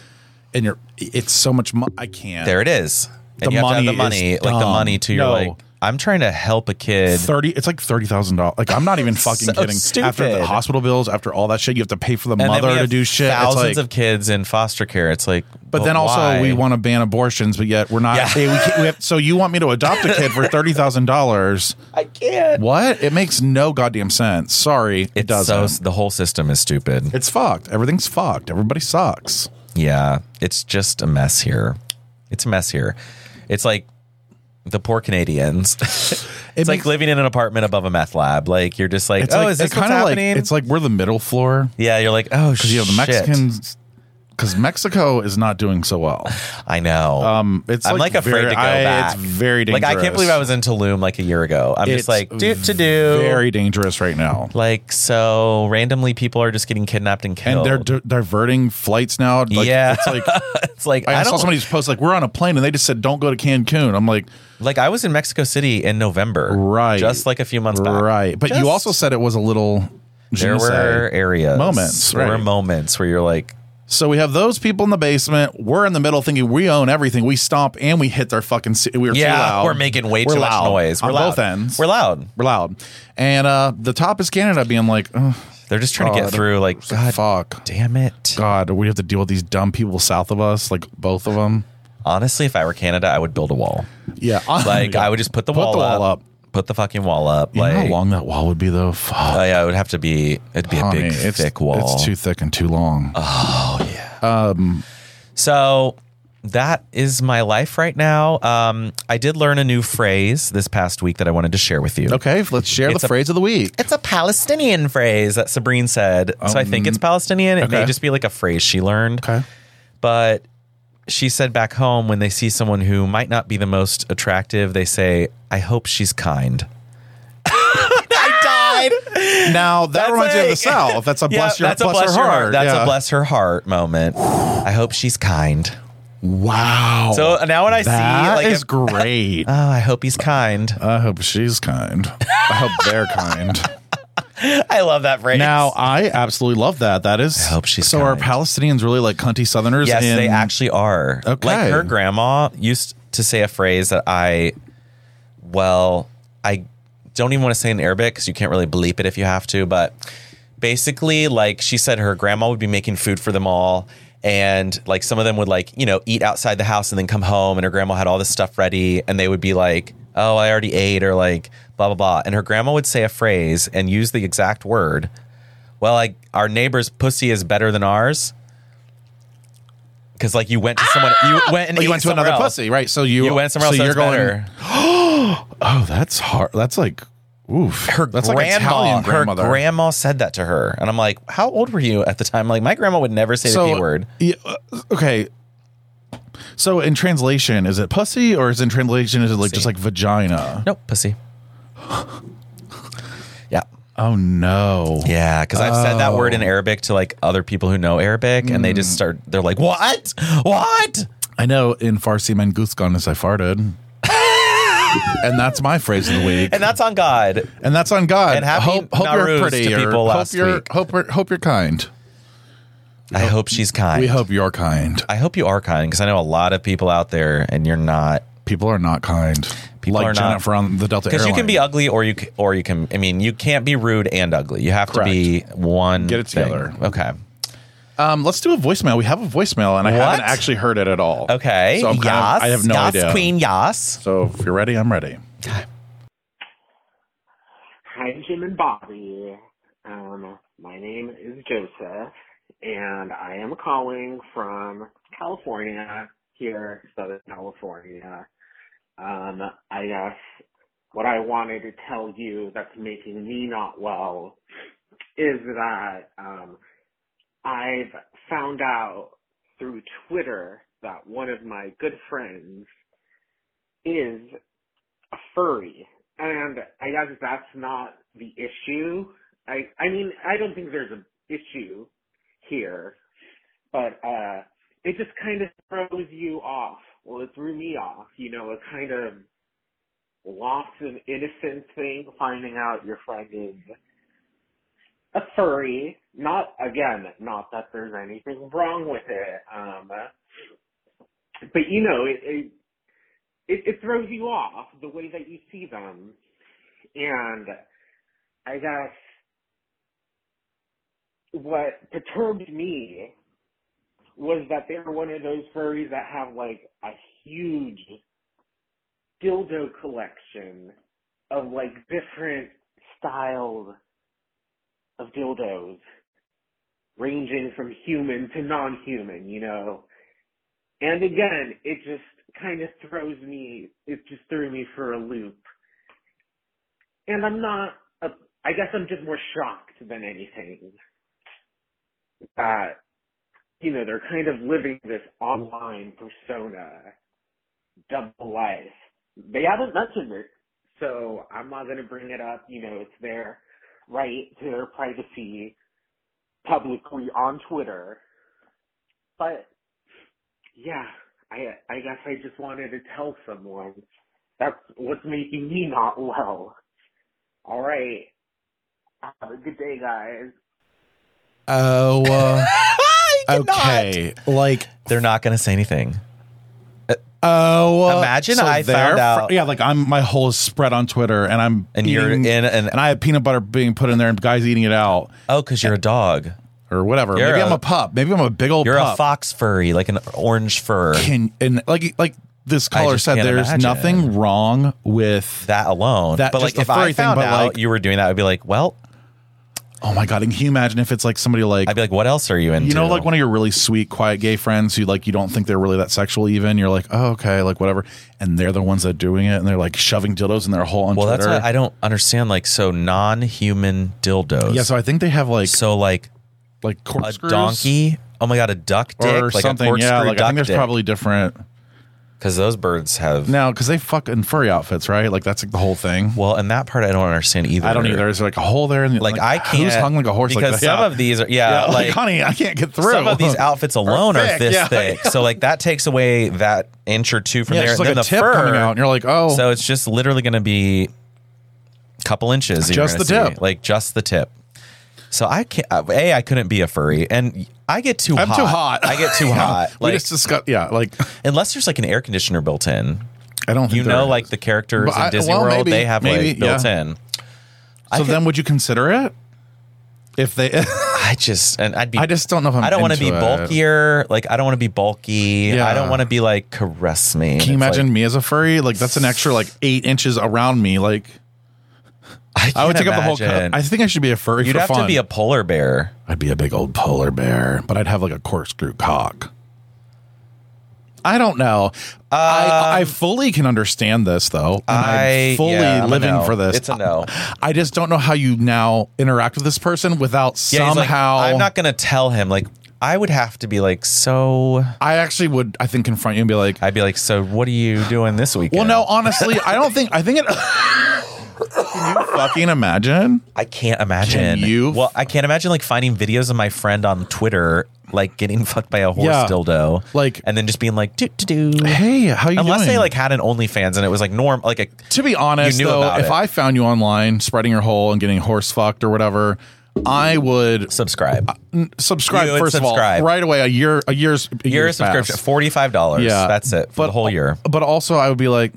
A: and you're. It's so much. Mo- I can't.
B: There it is. And
A: The
B: you have to have the
A: money
B: money,
A: is
B: like the
A: dumb.
B: money to your
A: No.
B: like. I'm trying to help a kid.
A: Thirty. It's like thirty thousand dollars. Like I'm not even fucking
B: So
A: kidding. After
B: stupid.
A: the hospital bills, after all that shit, you have to pay for the
B: And then we
A: mother to
B: have
A: do shit. It's
B: Thousands
A: like-
B: of kids in foster care. It's like,
A: But then also we want to ban abortions, but yet we're not.
B: Yeah.
A: Hey, we can't- we have- so you want me to adopt a kid for thirty thousand dollars?
B: I can't.
A: What? It makes no goddamn sense. Sorry, it
B: It does. So,
A: doesn't.
B: the whole system is stupid.
A: it's fucked. Everything's fucked. Everybody sucks.
B: Yeah, it's just a mess here. It's a mess here. It's like the poor Canadians. it's like
A: makes-
B: living in an apartment above a meth lab. Like you're just like,
A: It's
B: oh,
A: like,
B: is this
A: it
B: what's
A: kinda like
B: happening?
A: it's like we're the middle floor
B: yeah, you're like, oh, shit.
A: because you have the Mexicans. Because Mexico is not doing so well.
B: I know.
A: Um, it's
B: I'm like, afraid
A: very-
B: to go
A: I-
B: back.
A: It's very dangerous.
B: Like I can't believe I was in Tulum like a year ago. I'm
A: It's
B: just like do to do.
A: Very dangerous right now.
B: like so randomly people are just getting kidnapped and killed.
A: And they're di- diverting flights now. Like,
B: yeah,
A: it's like
B: it's like
A: I,
B: I,
A: saw
B: don't
A: somebody's post like we're on a plane and they just said don't go to Cancun. I'm like,
B: like I was in Mexico City in November,
A: Right.
B: Just like a few months back,
A: right. But
B: Just-
A: you also said it was a little je
B: There
A: ne sais.
B: were areas,
A: moments,
B: There were
A: right.
B: moments where you're like,
A: So we have those people in the basement. We're in the middle thinking we own everything. We stomp and we hit their fucking. si- We were too
B: yeah,
A: loud.
B: we're making way
A: We're
B: too
A: loud
B: much noise. We're
A: on
B: loud.
A: both ends.
B: We're loud.
A: We're loud. And uh, the top is Canada being like, oh,
B: They're just trying to get
A: God.
B: through. Like, God,
A: fuck,
B: damn it.
A: God, we have to deal with these dumb people south of us, like both of them.
B: Honestly, if I were Canada, I would build a wall.
A: Yeah,
B: Like, I would just put the, wall, up, Put the fucking wall up.
A: You know
B: like,
A: how long that wall would be though? Fuck,
B: Oh, yeah, it would have to be. It'd be
A: honey,
B: a big,
A: it's,
B: thick wall.
A: It's too thick and too long.
B: So that is my life right now. Um, I did learn a new phrase this past week that I wanted to share with you.
A: okay, let's share
B: It's
A: the
B: a-
A: phrase of the week.
B: It's a Palestinian phrase that Sabrine said. so I think it's Palestinian. It may
A: Um, okay.
B: just be like a phrase she learned.
A: Okay.
B: But she said back home when they see someone who might not be the most attractive, they say, I hope she's kind. I died.
A: Now that
B: That's
A: reminds me of the
B: like-
A: South. That's a
B: Yeah,
A: bless your
B: that's
A: bless,
B: a
A: her heart.
B: That's
A: Yeah.
B: a bless her heart moment. I hope she's kind.
A: Wow.
B: So uh, now when I
A: that
B: see like
A: is
B: if-
A: great.
B: Oh, I hope he's kind.
A: I hope she's kind. I hope they're kind.
B: I love that phrase.
A: Now I absolutely love that. That is.
B: I hope she's
A: so. Are
B: kind.
A: Palestinians really like cunty Southerners?
B: yes,
A: in-
B: they actually are.
A: Okay.
B: Like her grandma used to say a phrase that I, well, I don't even want to say in Arabic because you can't really bleep it if you have to. But basically, like she said, her grandma would be making food for them all. And like some of them would like, you know, eat outside the house and then come home. And her grandma had all this stuff ready. And they would be like, oh, I already ate or like blah, blah, blah. And her grandma would say a phrase and use the exact word. Well, like our neighbor's pussy is better than ours. Cause like you went to someone, you went and
A: Oh, you
B: ate
A: went to
B: somewhere
A: another
B: else.
A: pussy, right? So you
B: You went somewhere else.
A: So
B: So
A: you're going.
B: Better.
A: Oh, that's hard. That's like. Oof.
B: Her
A: that's
B: grandma,
A: like Italian grandmother.
B: her grandma said that to her, and I'm like, "How old were you at the time?" Like my grandma would never say the p word.
A: yeah, uh, okay. So in translation, is it pussy or is in translation is it like just like vagina?
B: Nope, pussy. yeah,
A: Oh no.
B: yeah. Because I've said that
A: Oh.
B: word in Arabic to like other people who know Arabic, and they
A: Mm.
B: just start. They're like, "What? What?"
A: I know in Farsi Mangoose gone as I farted. and that's my phrase of the week.
B: And that's on God.
A: And that's on God.
B: And happy
A: hope, hope you're
B: Nowruz
A: pretty.
B: to
A: or
B: people
A: hope
B: last
A: you're,
B: week.
A: Hope, we're- hope you're kind.
B: I hope she's kind.
A: We hope you're kind.
B: I hope you are kind because I know a lot of people out there, and you're not.
A: People are not kind.
B: People
A: like
B: are not-
A: Jennifer on the Delta
B: Because
A: Airline.
B: you can be ugly, or you c- or you can. I mean, you can't be rude and ugly. You have to be one.
A: Get it
B: thing.
A: together.
B: Okay.
A: um, let's do a voicemail. We have a voicemail, and I
B: What?
A: haven't actually heard it at all.
B: Okay.
A: So I'm
B: yes.
A: kind of- I have no
B: yes,
A: idea.
B: Queen. Yes.
A: So if you're ready, I'm ready.
D: name and body. Um, my name is Joseph, and I am calling from California, here, Southern California. Um, I guess what I wanted to tell you that's making me not well is that um, I've found out through Twitter that one of my good friends is a furry. And I guess that's not the issue. I I mean, I don't think there's an issue here, but uh it just kind of throws you off. Well, it threw me off, you know, a kind of loss of innocence thing, finding out your friend is a furry. Not again, not that there's anything wrong with it. Um but you know, it, it it, it throws you off the way that you see them. And I guess what perturbed me was that they were one of those furries that have like a huge dildo collection of like different styles of dildos ranging from human to non-human, you know. And again, it just kind of throws me, it just threw me for a loop. And I'm not, a, I guess I'm just more shocked than anything that, you know, they're kind of living this online persona, double life. They haven't mentioned it, so I'm not going to bring it up. You know, it's their right to their privacy publicly on Twitter. But yeah, I I guess I just wanted to tell someone that's what's making me not well. All right. Have a good day, guys.
A: Oh, okay. Like,
B: They're not going to say anything.
A: oh,
B: Imagine I
A: they're
B: found
A: fr-
B: out-
A: yeah, like I'm my whole is spread on Twitter, and I'm
B: And you're
A: eating-
B: in an-
A: and I have peanut butter being put in there, and guys eating it out
B: Oh, because you're a dog.
A: or whatever.
B: You're
A: Maybe i
B: a-
A: I'm a pup. Maybe I'm a big old
B: You're
A: pup.
B: a fox furry, like an orange fur.
A: Can and like like this caller
B: just
A: said,
B: can't
A: there's
B: imagine.
A: nothing wrong with.
B: That alone.
A: That-
B: but
A: just
B: like
A: the
B: if I
A: furry thing,
B: found
A: but,
B: out
A: like-
B: you were doing that, I'd be like, well,
A: Oh my god! And can you imagine if it's like somebody like
B: I'd be like, what else are you into?
A: You know, like one of your really sweet, quiet gay friends who like you don't think they're really that sexual. Even you're like, oh, okay, like whatever. And they're the ones that are doing it, and they're like shoving dildos in their hole on
B: Well,
A: Twitter.
B: that's what I don't understand. Like, so non-human dildos.
A: yeah, so I think they have like
B: so like
A: like
B: a
A: corkscrews
B: donkey. Oh my god, a duck dick
A: or
B: like a
A: something.
B: corkscrew
A: yeah, like I
B: duck
A: think there's
B: dick.
A: probably different
B: because those birds have
A: now because they fuck in furry outfits, right? Like that's like the whole thing.
B: well, and that part I don't understand either.
A: I don't either. There's like a hole there, and
B: Like, I can't
A: Who's hung like a horse?
B: because
A: like that?
B: some
A: Yeah.
B: of these are yeah,
A: Yeah, like,
B: like,
A: honey, I can't get through.
B: some of these outfits alone are,
A: thick,
B: this
A: yeah.
B: thick. So like that takes away that inch or two from
A: yeah,
B: there.
A: it's just
B: and
A: like
B: then
A: a
B: the
A: tip
B: fur
A: coming out, and you're like, oh,
B: So it's just literally going to be a couple inches. you're
A: Just
B: gonna
A: the tip.
B: see. like just the tip. So I can't. uh, A, I couldn't be a furry, and I get too.
A: I'm
B: hot.
A: too hot.
B: I get too
A: Yeah.
B: hot.
A: we
B: Like
A: just discussed, yeah, like
B: unless there's like an air conditioner built in,
A: I don't. Think
B: you
A: there
B: know,
A: is.
B: like the characters
A: But I-
B: in Disney
A: well,
B: World,
A: maybe-
B: they have
A: maybe,
B: like built
A: yeah.
B: in.
A: So then, would you consider it? If they,
B: I just and I'd be.
A: I just don't know if I'm.
B: I don't want to be
A: into it.
B: bulkier. Like I don't want to be bulky.
A: Yeah.
B: I don't want to be like caress me.
A: Can you imagine me as a furry? Like that's an extra like eight inches around me. Like I would take up the whole. Co- I think I should be a furry.
B: You'd
A: for
B: have
A: fun.
B: to be a polar bear.
A: I'd be a big old polar bear, but I'd have like a corkscrew cock. I don't know. I, I fully can understand this though. And
B: Um, I-
A: I'm fully
B: yeah, I'm a
A: living
B: no.
A: for this.
B: It's a no.
A: I, I just don't know how you now interact with this person without
B: Yeah, he's like,
A: somehow.
B: I'm not gonna tell him. Like I would have to be like, so
A: I actually would. I think confront you and be like,
B: I'd be like, so what are you doing this weekend?
A: Well, no, honestly, I don't think. I think it. Can you fucking imagine?
B: I can't imagine.
A: Can you?
B: Well, I can't imagine like finding videos of my friend on Twitter, like getting fucked by a horse
A: Yeah.
B: dildo,
A: Like-
B: and then just being like, doo doo doo.
A: Hey, how you
B: Unless
A: doing?
B: they like had an OnlyFans and it was like norm, like a
A: To be honest,
B: You knew
A: though,
B: about
A: if
B: it.
A: I found you online spreading your hole and getting horse fucked or whatever, I would
B: subscribe.
A: n- subscribe
B: You would
A: first of
B: subscribe.
A: all right away. A year, a year's, a
B: year
A: year's
B: subscription,
A: pass.
B: forty five dollars.
A: Yeah,
B: that's it for the whole year.
A: But also, I would be like,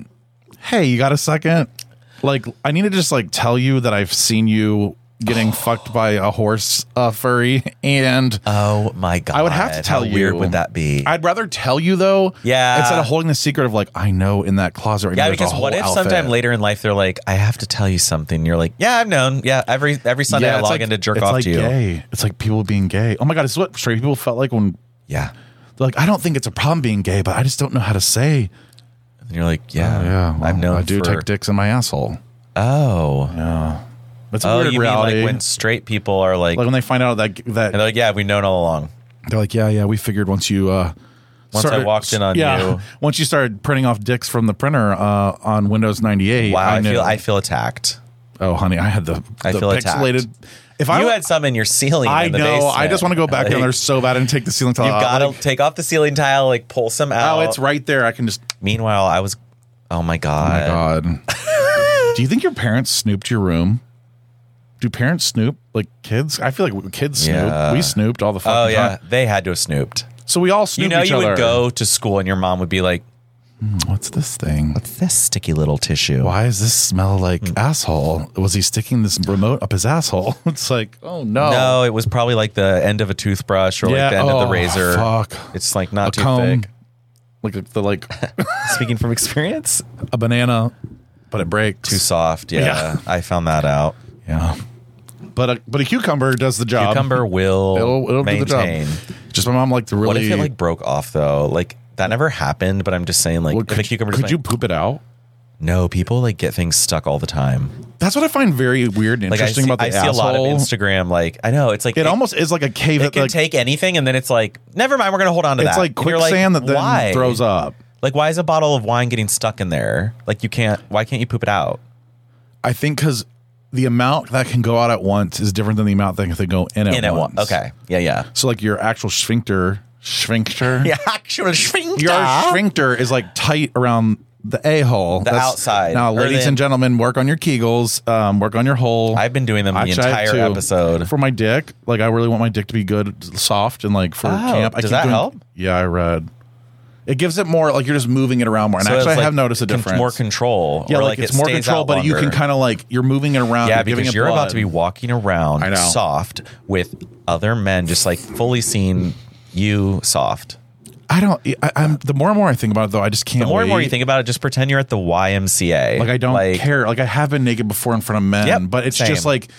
A: "Hey, you got a second? Like, I need to just like tell you that I've seen you getting fucked by a horse uh, furry, and
B: Oh my god!
A: I would have to tell
B: How
A: you.
B: Weird would that be?
A: I'd rather tell you though.
B: Yeah.
A: Instead of holding the secret of like, I know in that closet right now.
B: yeah,
A: there's a
B: because
A: whole
B: what if
A: outfit.
B: sometime later in life they're like, I have to tell you something. You're like, Yeah, I've known. Yeah, every every Sunday I
A: it's
B: log
A: like-
B: in to jerk
A: it's
B: off
A: like
B: to you.
A: Gay. It's like people being gay. Oh my god, it's what straight people felt like when
B: Yeah,
A: they're like, I don't think it's a problem being gay, but I just don't know how to say.
B: and you're like, Yeah,
A: Oh, yeah, well,
B: I've known.
A: I do
B: for-
A: take dicks in my asshole.
B: Oh,
A: That's a
B: oh,
A: weird
B: you
A: reality.
B: mean like when straight people are like,
A: like when they find out that that
B: and they're like, Yeah, we've known all along.
A: They're like, yeah, yeah, we figured once you uh
B: Once I walked in on
A: yeah,
B: you.
A: Once you started printing off dicks from the printer uh, on Windows 98.
B: Wow, I,
A: knew-
B: feel I feel attacked.
A: oh, honey, I had the,
B: I
A: the
B: feel attacked.
A: pixelated. If I
B: you had some in your ceiling.
A: I
B: in the
A: know. I
B: basement.
A: just want to go back down
B: Like,
A: there so bad and take the ceiling tile.
B: You've
A: out.
B: got to
A: Uh, Like,
B: take off the ceiling tile, like pull some out.
A: oh, it's right there. I can just.
B: Meanwhile, I was. Oh my god.
A: my God. Do you think your parents snooped your room? Do parents snoop like kids? I feel like kids snoop.
B: Yeah.
A: We snooped all the fucking
B: Oh yeah,
A: time.
B: they had to have snooped.
A: So we all snooped
B: you know,
A: each
B: you
A: other.
B: would go to school and your mom would be like,
A: What's this thing?
B: "This sticky little tissue."
A: why does this smell like
B: Hmm.
A: asshole? Was he sticking this remote up his asshole? It's like, oh no.
B: No, it was probably like the end of a toothbrush or
A: Yeah,
B: like the end of
A: oh,
B: the razor.
A: fuck.
B: It's like not
A: a
B: too
A: comb.
B: thick.
A: Like a- the like
B: Speaking from experience,
A: a banana, but it breaks.
B: too soft. Yeah,
A: Yeah.
B: I found that out.
A: Yeah. But a but a cucumber does the job.
B: Cucumber
A: Um,
B: will
A: It'll, it'll do the
B: maintain.
A: job. Just my mom like to really
B: What if it like broke off though? Like that never happened. But I'm just saying, like
A: Well,
B: if a
A: could, you-
B: cucumber.
A: could
B: just
A: you
B: went-
A: poop it out?
B: No, people like get things stuck all the time.
A: That's what I find very weird and
B: Like I see,
A: interesting
B: I
A: about the
B: see a
A: asshole.
B: lot of Instagram. Like I know it's like
A: it, almost is like a cave
B: it
A: that
B: can
A: like,
B: take anything, and then it's like never mind. We're gonna hold on to
A: it's
B: that.
A: like
B: And you're
A: quicksand that then
B: why?
A: throws up.
B: Like why is a bottle of wine getting stuck in there? Like you can't. Why can't you poop it out?
A: I think because the amount that can go out at once is different than the amount that can go in at
B: in at
A: once.
B: once. Okay. Yeah. Yeah.
A: So like your actual sphincter, sphincter,
B: Yeah. Actual sphincter.
A: your sphincter is like tight around the a hole,
B: The outside.
A: Now,
B: Or
A: ladies
B: the-
A: and gentlemen, work on your Kegels, um, work on your hole.
B: I've been doing them the
A: Actually, I have
B: entire
A: two.
B: episode.
A: for my dick. Like I really want my dick to be good, soft, and like for
B: Oh,
A: camp. I
B: does that
A: doing,
B: help?
A: Yeah, I read. It gives it more like you're just moving it around more. And
B: So it's
A: actually, I
B: like
A: have noticed a
B: con-
A: difference.
B: More control.
A: yeah,
B: or
A: like, it's
B: it
A: more
B: stays
A: control,
B: out
A: but you can
B: longer.
A: kind of like you're moving it around.
B: Yeah,
A: you're giving
B: because
A: it
B: you're about to
A: blood.
B: be walking around
A: I know.
B: soft with other men, just like fully seeing you soft.
A: I don't. I, I'm the more and more I think about it, though, I just can't.
B: The more and more you
A: wait.
B: think about it, just pretend you're at the YMCA.
A: like I don't care. Like I have been naked before in front of men,
B: Yep,
A: but it's
B: same.
A: just like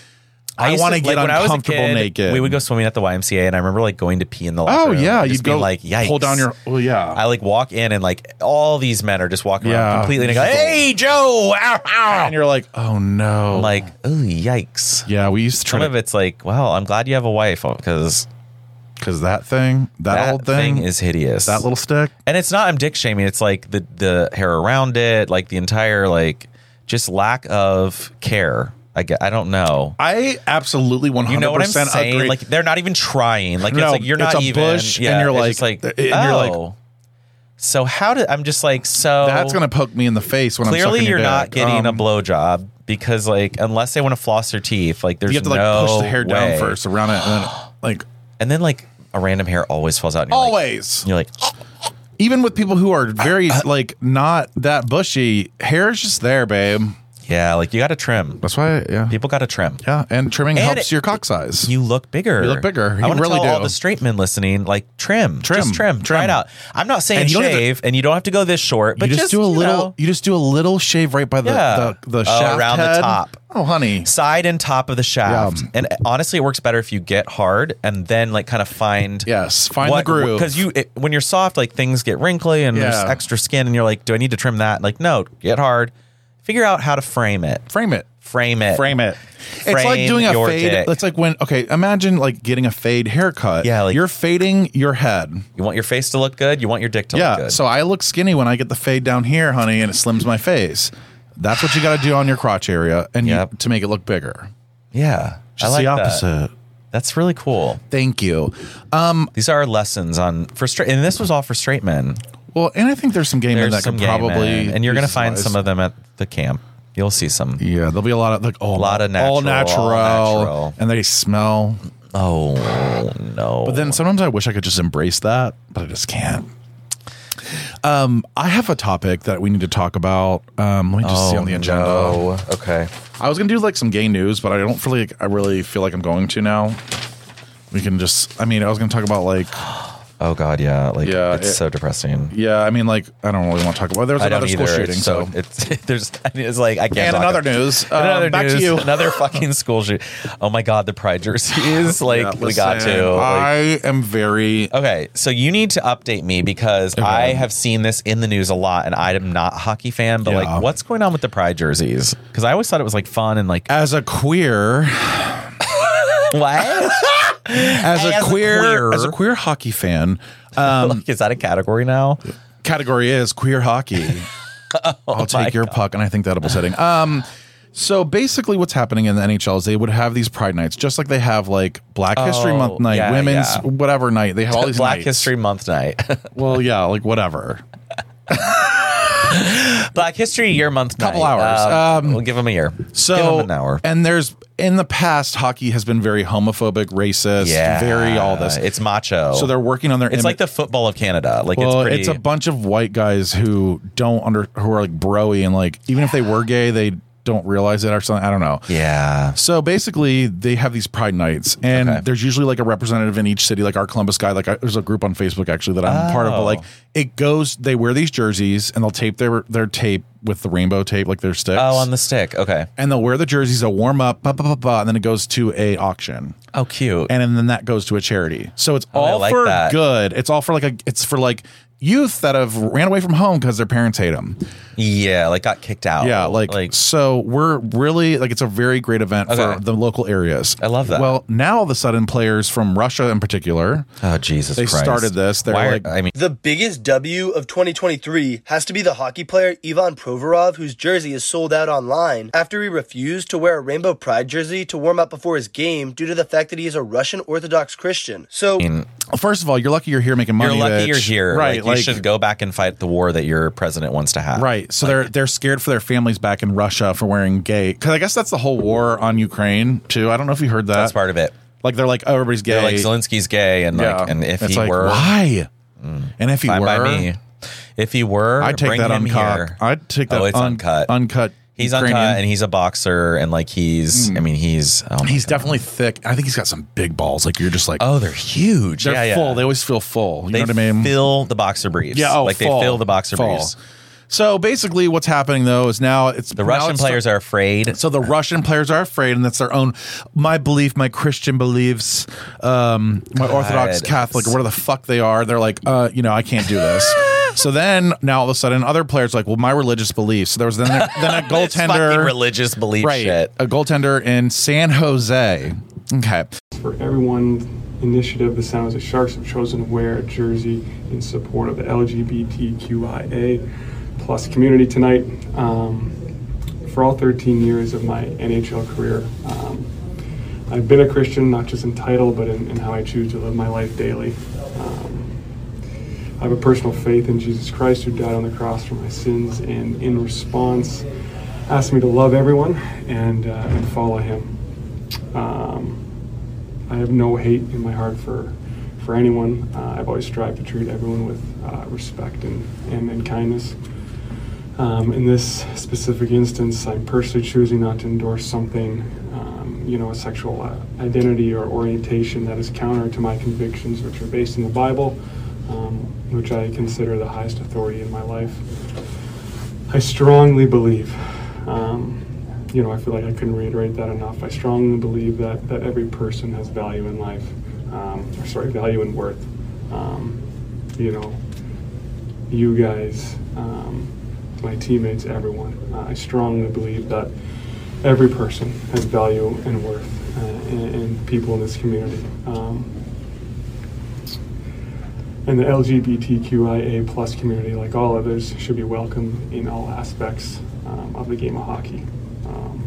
A: I,
B: used
A: want to
B: like,
A: get
B: when I was a
A: uncomfortable
B: kid,
A: naked.
B: We would go swimming at the YMCA, and I remember like going to pee in the
A: Oh
B: locker room
A: yeah,
B: and just
A: you'd
B: being
A: go
B: like, yikes.
A: Pull down your. Oh yeah.
B: I like walk in and like all these men are just walking
A: Yeah.
B: around completely naked. Hey Joe, ow, ow.
A: and you're like, oh no.
B: I'm like, oh yikes.
A: yeah, we used to
B: Some
A: try
B: of it's like, well, I'm glad you have a wife because
A: because that thing, that,
B: that
A: old
B: thing,
A: thing,
B: is hideous.
A: that little stick.
B: and it's not I'm dick shaming. It's like the the hair around it, like the entire like just lack of care. I get, I don't know.
A: I absolutely 100
B: You know what I'm
A: percent
B: saying?
A: agree.
B: Like they're not even trying. Like
A: No,
B: it's like you're
A: it's
B: not
A: a
B: even.
A: bush, and you're
B: it's just
A: like-
B: like,
A: and you're like-
B: oh. So how did I'm just like so?
A: That's gonna poke me in the face when I'm
B: clearly
A: sucking your
B: you're not
A: dick.
B: getting a
A: Um,
B: blowjob because like unless they want to floss their teeth, like there's
A: You have to like
B: no
A: push the hair
B: way.
A: down first around it, and then like
B: and then like a random hair always falls out. And you're like-
A: always.
B: and you're like,
A: Even with people who are very like not that bushy, hair is just there, babe.
B: yeah, like you got to trim.
A: That's why, yeah,
B: People got to trim.
A: yeah. And trimming
B: And
A: helps
B: it-
A: your cock size.
B: You look bigger.
A: You look bigger. You
B: I want to
A: really
B: tell all
A: do.
B: the straight men listening, like trim,
A: Trim,
B: just trim, try
A: trim.
B: it out. I'm not saying
A: And you don't have to-
B: shave, and you don't have to go this short, but
A: you just, do a
B: you
A: little.
B: know,
A: you just do a little shave right by the
B: Yeah.
A: the, the
B: Oh,
A: shaft
B: around the
A: head.
B: top.
A: Oh, honey,
B: side and top of the shaft.
A: Yeah.
B: And honestly, it works better if you get hard and then like kind of find
A: yes, find the groove.
B: because you it, when you're soft, like things get wrinkly and there's
A: Yeah.
B: extra skin, and you're like, do I need to trim that? Like, no, get hard. Figure out how to frame it.
A: frame it.
B: Frame it.
A: Frame it. it's like
B: Frame
A: doing a
B: your
A: fade.
B: dick.
A: It's like when okay, imagine like getting a fade haircut.
B: Yeah, like-
A: you're fading your head.
B: You want your face to look good. You want your dick to look
A: Yeah,
B: good.
A: so I look skinny when I get the fade down here, honey, and it slims my face. That's what you got to do on your crotch area, and you,
B: Yep.
A: to make it look bigger.
B: yeah,
A: Just the
B: that.
A: opposite.
B: That's really cool.
A: Thank you.
B: These are our lessons on for straight, and this was all for straight men.
A: Well, and I think there's some gay men
B: There's
A: that can
B: some gay
A: probably
B: men, and you're gonna
A: use
B: find
A: this.
B: some of them at the camp. You'll see some.
A: Yeah, there'll be a lot of like oh, a
B: lot of natural,
A: all
B: all
A: natural,
B: natural.
A: and they smell.
B: Oh no!
A: But then sometimes I wish I could just embrace that, but I just can't. Um, I have a topic that we need to talk about. Um, let me just see on the agenda.
B: Oh, Okay.
A: I was gonna do like some gay news, but I don't really. I really feel like I'm going to now. We can just. I mean, I was gonna talk about like.
B: Oh God, yeah, like
A: Yeah,
B: it's
A: it-
B: so depressing.
A: Yeah, I mean, like I don't really want to talk about. There was
B: I don't
A: another
B: either.
A: school shooting,
B: it's
A: so.
B: so, it's there's I mean, it's like I can't.
A: and
B: talk
A: another
B: about-
A: news. Um,
B: Another
A: back
B: news,
A: to you.
B: Another fucking school shoot. Oh my God, the pride jerseys. Like
A: Yeah,
B: we got
A: listen,
B: to. Like,
A: I am very.
B: Okay, so you need to update me because I have seen this in the news a lot, and I am not a hockey fan. But
A: Yeah.
B: like, what's going on with the pride jerseys? Because I always thought it was like fun and like
A: As a queer,
B: what?
A: as a
B: As a
A: queer,
B: queer.
A: as a queer hockey fan, um,
B: like, is that a category now?
A: category is queer hockey.
B: Oh
A: I'll take your puck, and I think that'll be setting. Um, so basically, what's happening in the NHL is they would have these Pride nights, just like they have like Black History
B: Oh,
A: Month night,
B: yeah,
A: Women's
B: yeah.
A: whatever night. They have all these
B: Black
A: nights.
B: History Month night,
A: Well, yeah, like whatever.
B: Black History Year Month night.
A: Couple hours. Um,
B: we'll give them a year.
A: So
B: give them an hour.
A: And there's in the past, hockey has been very homophobic, racist,
B: Yeah,
A: very all this.
B: It's macho.
A: so they're working on their.
B: It's
A: image-
B: like the football of Canada. Like
A: Well,
B: it's pretty.
A: it's a bunch of white guys who don't under who are like broy and like even if they were gay, they don't realize it or something. I don't know.
B: yeah.
A: So basically, they have these pride nights, and
B: Okay.
A: there's usually like a representative in each city. Like our Columbus guy, like I, there's a group on Facebook actually that I'm part of. But
B: Oh.
A: like it goes, they wear these jerseys, and they'll tape their their tape with the rainbow tape, like their sticks.
B: Oh, on the stick. Okay.
A: and they'll wear the jerseys, they'll warm up, ba ba ba ba, and then it goes to a auction,
B: Oh, cute.
A: and, then that goes to a charity. So it's
B: Oh, I
A: all
B: like
A: for
B: that.
A: good. It's all for like a. It's for like youth that have ran away from home because their parents hate them.
B: yeah, like got kicked out.
A: Yeah, like,
B: like
A: so we're really like it's a very great event
B: Okay.
A: for the local areas.
B: I love that.
A: Well, now all of a sudden players from Russia in particular,
B: oh Jesus.
A: they
B: Christ.
A: started this. They're
B: Why are-
A: like
B: I mean,
E: The biggest W of 2023 has to be the hockey player Ivan Provorov, whose jersey is sold out online after he refused to wear a rainbow pride jersey to warm up before his game due to the fact that he is a Russian Orthodox Christian. So,
A: first of all, you're lucky you're here making money.
B: You're lucky
A: bitch.
B: you're here.
A: Right.
B: Right. you should go back and fight the war that your president wants to have.
A: Right, so they're they're scared for their families back in Russia for wearing gay. Because I guess that's the whole war on Ukraine too. I don't know if you heard that.
B: That's part of it.
A: Like they're like, oh, everybody's gay.
B: They're like Zelensky's gay and
A: Yeah.
B: like and if
A: It's
B: he
A: like,
B: were Mm.
A: why? And if he
B: fine
A: were,
B: by me. If he were,
A: I'd take
B: bring
A: that
B: him
A: uncut.
B: here.
A: I'd take that
B: Oh, it's
A: un-
B: uncut.
A: Uncut.
B: he's
A: Ukrainian. Hmm.
B: uncut and he's a boxer and like he's I mean he's oh my
A: He's
B: God.
A: definitely thick. I think he's got some big balls. Like you're just like
B: Oh, they're huge.
A: they're
B: yeah, yeah.
A: full. They always feel full. You
B: They
A: know what I mean?
B: fill the boxer briefs.
A: yeah. Oh,
B: like
A: full.
B: they fill the boxer
A: Full.
B: briefs.
A: So basically, what's happening though is now it's
B: The Russian players are afraid.
A: So the Russian players are afraid, and that's their own. My belief, my Christian beliefs, um, my Orthodox
B: God.
A: Catholic, or whatever the fuck they are. They're like, uh, you know, I can't do this. so then, now all of a sudden, other players are like, well, my religious beliefs. So there was then, then a
B: It's fucking
A: goaltender,
B: religious belief
A: right?
B: shit.
A: A goaltender in San Jose. Okay,
F: For everyone initiative, the San Jose Sharks have chosen to wear a jersey in support of the LGBTQIA plus community tonight. Um, for all 13 years of my NHL career, um, I've been a Christian, not just in title, but in, in how I choose to live my life daily. Um, I have a personal faith in Jesus Christ who died on the cross for my sins, and in response, asked me to love everyone and, uh, and follow him. Um, I have no hate in my heart for for anyone. Uh, I've always strived to treat everyone with uh, respect and, and, and kindness. Um, in this specific instance, I'm personally choosing not to endorse something, um, you know, a sexual uh, identity or orientation that is counter to my convictions, which are based in the Bible, um, which I consider the highest authority in my life. I strongly believe, um, you know, I feel like I couldn't reiterate that enough. I strongly believe that, that every person has value in life, um, or sorry, value and worth. Um, you know, you guys, um, my teammates, everyone. Uh, I strongly believe that every person has value and worth, uh, and, and people in this community. Um, and the LGBTQIA plus community, like all others, should be welcome in all aspects um, of the game of hockey. Um,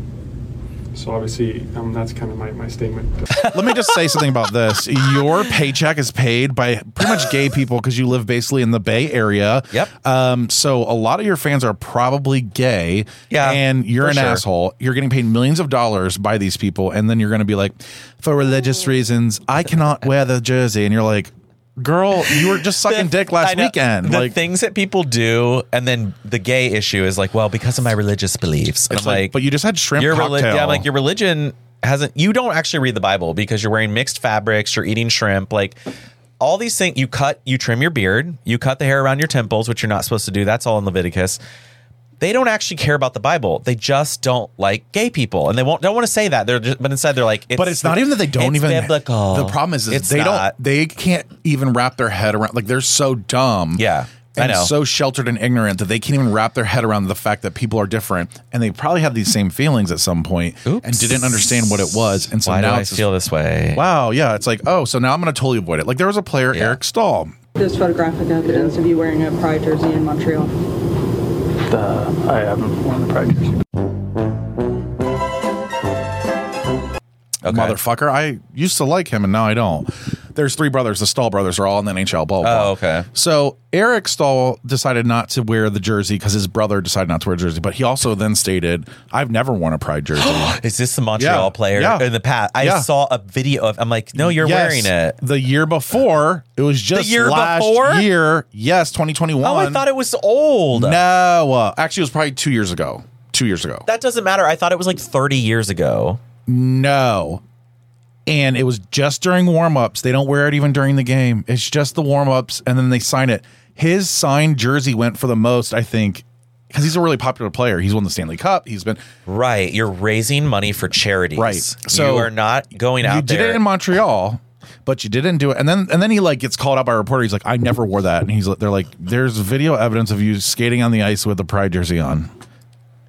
F: so obviously, um, that's kind of my, my statement.
A: let me just say something about this. Your paycheck is paid by pretty much gay people because you live basically in the Bay Area.
B: Yep.
A: Um, so a lot of your fans are probably gay.
B: Yeah,
A: And you're
B: for
A: an
B: sure.
A: asshole. You're getting paid millions of dollars by these people, and then you're going to be like, for religious reasons, I cannot wear the jersey, and you're like. girl, you were just sucking dick
B: I
A: last
B: know.
A: weekend.
B: The
A: like,
B: things that people do, and then the gay issue is like, well, because of my religious beliefs. And
A: it's
B: I'm
A: like,
B: like,
A: but you just had shrimp
B: your reli-
A: cocktail.
B: yeah, I'm like your religion hasn't. You don't actually read the Bible because you're wearing mixed fabrics, you're eating shrimp, like all these things. You cut, you trim your beard, you cut the hair around your temples, which you're not supposed to do. That's all in Leviticus. They don't actually care about the Bible. They just don't like gay people, and they won't don't want to say that. They're just, but instead they're like,
A: but it's not even that they don't
B: it's
A: even
B: biblical.
A: The problem is, is
B: It's
A: they
B: not.
A: don't they can't even wrap their head around like they're so dumb.
B: Yeah, I
A: And
B: know.
A: so sheltered and ignorant that they can't even wrap their head around the fact that people are different and they probably have these same feelings at some point and
B: Oops.
A: didn't understand what it was. And so
B: Why do
A: now
B: I
A: it's this-
B: feel this way?
A: wow, yeah. It's like, oh, so now I'm gonna totally avoid it. Like there was a player,
B: Yeah.
A: Eric Stahl.
G: There's photographic evidence of you wearing a pride jersey in Montreal.
H: I haven't worn the pride jersey.
B: Okay.
A: motherfucker. I used to like him and now I don't. There's three brothers. The Stahl brothers are all in the NHL. Blah blah.
B: Oh,
A: blah.
B: okay.
A: So Eric Stahl decided not to wear the jersey because his brother decided not to wear a jersey. But he also then stated, "I've never worn a pride jersey."
B: Is this the Montreal
A: Yeah,
B: player
A: yeah.
B: in the past? I
A: Yeah.
B: saw a video of. I'm like, no, you're
A: Yes,
B: wearing it.
A: The year before, it was just
B: year
A: last
B: before?
A: year. Yes, 2021.
B: Oh, I thought it was old.
A: No, uh, actually, it was probably two years ago. Two years ago.
B: That doesn't matter. I thought it was like 30 years ago.
A: No. And it was just during warm ups. They don't wear it even during the game. It's just the warm ups and then they sign it. His signed jersey went for the most, I think, because he's a really popular player. He's won the Stanley Cup. He's been.
B: Right. You're raising money for charities.
A: Right.
B: So
A: So
B: you are not going
A: you
B: out
A: did
B: there.
A: it in Montreal, but you didn't do it. And then and then he like gets called out by a reporter. He's like, I never wore that. And he's like, they're like, there's video evidence of you skating on the ice with the Pride jersey on.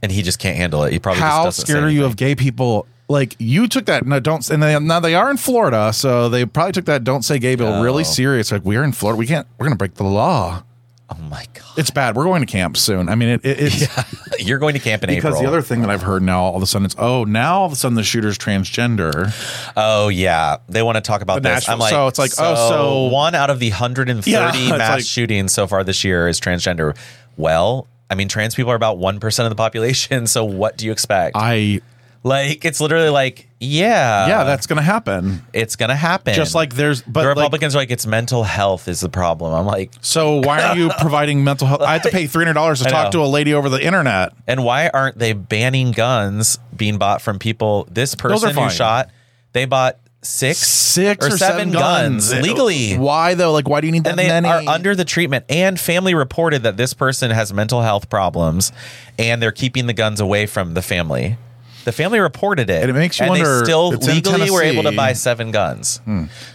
B: and he just can't handle it. He probably
A: How
B: just doesn't say
A: scared are you of gay people? Like you took that no don't and they, now they are in Florida, so they probably took that don't say gay bill really serious. Like we're in Florida, we can't we're gonna break the law.
B: anything. Oh my God.
A: It's bad. We're going to camp soon. I mean, it, it, it's
B: You're going to camp in
A: because
B: April.
A: the other thing that I've heard now all of a sudden it's oh now all of a sudden the shooter's transgender.
B: oh, yeah. They want to talk about
A: The
B: this. I'm
A: Nashville-
B: like,
A: so it's like, oh, so-
B: One out of the 130
A: Yeah, it's
B: mass
A: like-
B: shootings so far this year is transgender. Well, I mean, trans people are about 1% of the population. So what do you expect?
A: I
B: like, it's literally like, yeah.
A: yeah, that's gonna happen.
B: it's gonna happen.
A: Just like there's- but
B: the
A: like-
B: Republicans Uh, are like it's mental health is the problem. I'm like,
A: So why are you providing mental health? I have to pay three hundred dollars to
B: I
A: talk
B: know.
A: to a lady over the internet.
B: and why aren't they banning guns being bought from people? This
A: are
B: person who
A: fine.
B: shot, they bought six,
A: Six or, seven, guns,
B: uh, legally.
A: Why though? Like why do you need that
B: and they
A: many?
B: are under the treatment. And family reported that this person has mental health problems, and they're keeping the guns away from the family. The family reported it,
A: And it makes you
B: they
A: wonder,
B: still
A: it's in
B: legally were able
A: Tennessee.
B: to
A: Hmm.
B: buy seven guns.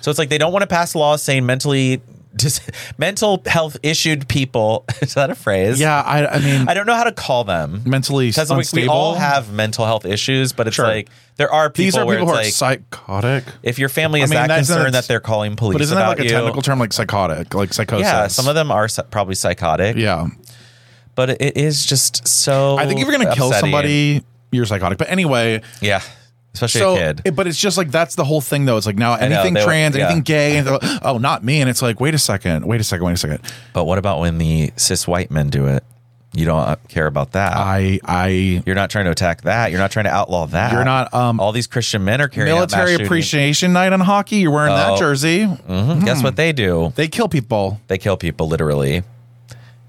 B: So it's like they don't want to pass laws saying mentally, dis- mental health issued people. is that a phrase?
A: yeah, I, I mean
B: I don't know how to call them.
A: mentally
B: Because like,
A: unstable.
B: we all have mental health issues, but it's like there are people.
A: These are
B: where
A: people who are
B: it's like,
A: psychotic.
B: if your family is
A: I mean,
B: that
A: that's-
B: concerned
A: that's-
B: that they're calling police,
A: But isn't that
B: about
A: like a
B: you,
A: technical term, like psychotic, like psychosis?
B: Yeah, some of them are psy- probably psychotic.
A: Yeah,
B: but it- it is just so.
A: I think if you're gonna kill
B: upsetting.
A: somebody, you're psychotic. But anyway,
B: yeah, especially
A: so
B: a kid.
A: it- but it's just like that's the whole thing, though. It's like now
B: know,
A: anything
B: they were-
A: trans,
B: yeah.
A: anything gay, and they're like, oh, not me. And it's like, wait a second, wait a second, wait a second.
B: but what about when the cis white men do it? You don't uh, care about that.
A: I I
B: you're not trying to attack that. You're not trying to outlaw that.
A: You're not, um,
B: All these Christian men are carrying out mass
A: military
B: shootings.
A: appreciation night on hockey. You're wearing
B: Oh.
A: that jersey.
B: Mhm. Guess
A: hmm.
B: what they do?
A: They kill people.
B: They kill people literally.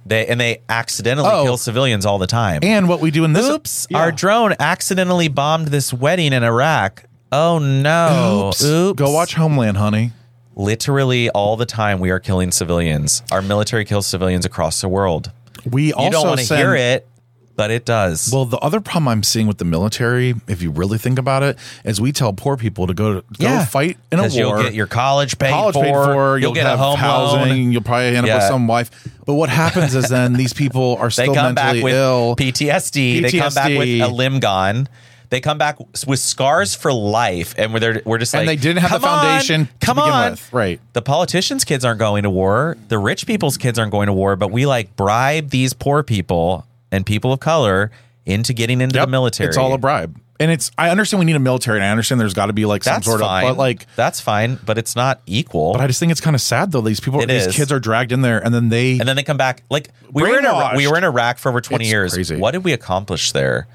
B: They and they accidentally
A: Oh.
B: kill civilians all the time.
A: And what we do in this
B: Oops,
A: Yeah.
B: our drone accidentally bombed this wedding in Iraq. Oh no.
A: Oops. Go watch Homeland, honey.
B: Literally all the time we are killing civilians. Our military kills civilians across the world.
A: We also
B: You don't want to
A: send-
B: hear it, but it does.
A: Well, the other problem I'm seeing with the military, if you really think about it, is we tell poor people to go to go fight in a
B: 'Cause
A: war.
B: You'll get your college paid
A: college
B: for.
A: paid for.
B: You'll, get a
A: have
B: home
A: housing.
B: loan.
A: You'll probably end up with
B: Yeah.
A: some wife. But what happens is then these people are
B: They
A: still
B: come
A: mentally
B: back with
A: ill.
B: PTSD. They come back with
A: PTSD.
B: a limb gone. They come back with scars for life, and we're there, we're just like
A: And they didn't have the
B: "Come on,
A: foundation to
B: come
A: begin
B: on,
A: with. Right.
B: The politicians' kids aren't going to war. The rich people's kids aren't going to war. But we like bribe these poor people and people of color into getting into
A: Yep.
B: the military.
A: It's all a bribe. And it's I understand we need a military and I understand there's gotta be like some
B: That's
A: sort
B: fine.
A: of but like
B: that's fine. But it's not equal.
A: but I just think it's kind of sad though. These people
B: It
A: these
B: is.
A: kids are dragged in there and then they
B: and then they come back. Like we were in Iraq, we were in Iraq for over twenty
A: It's
B: years.
A: crazy.
B: What did we accomplish there?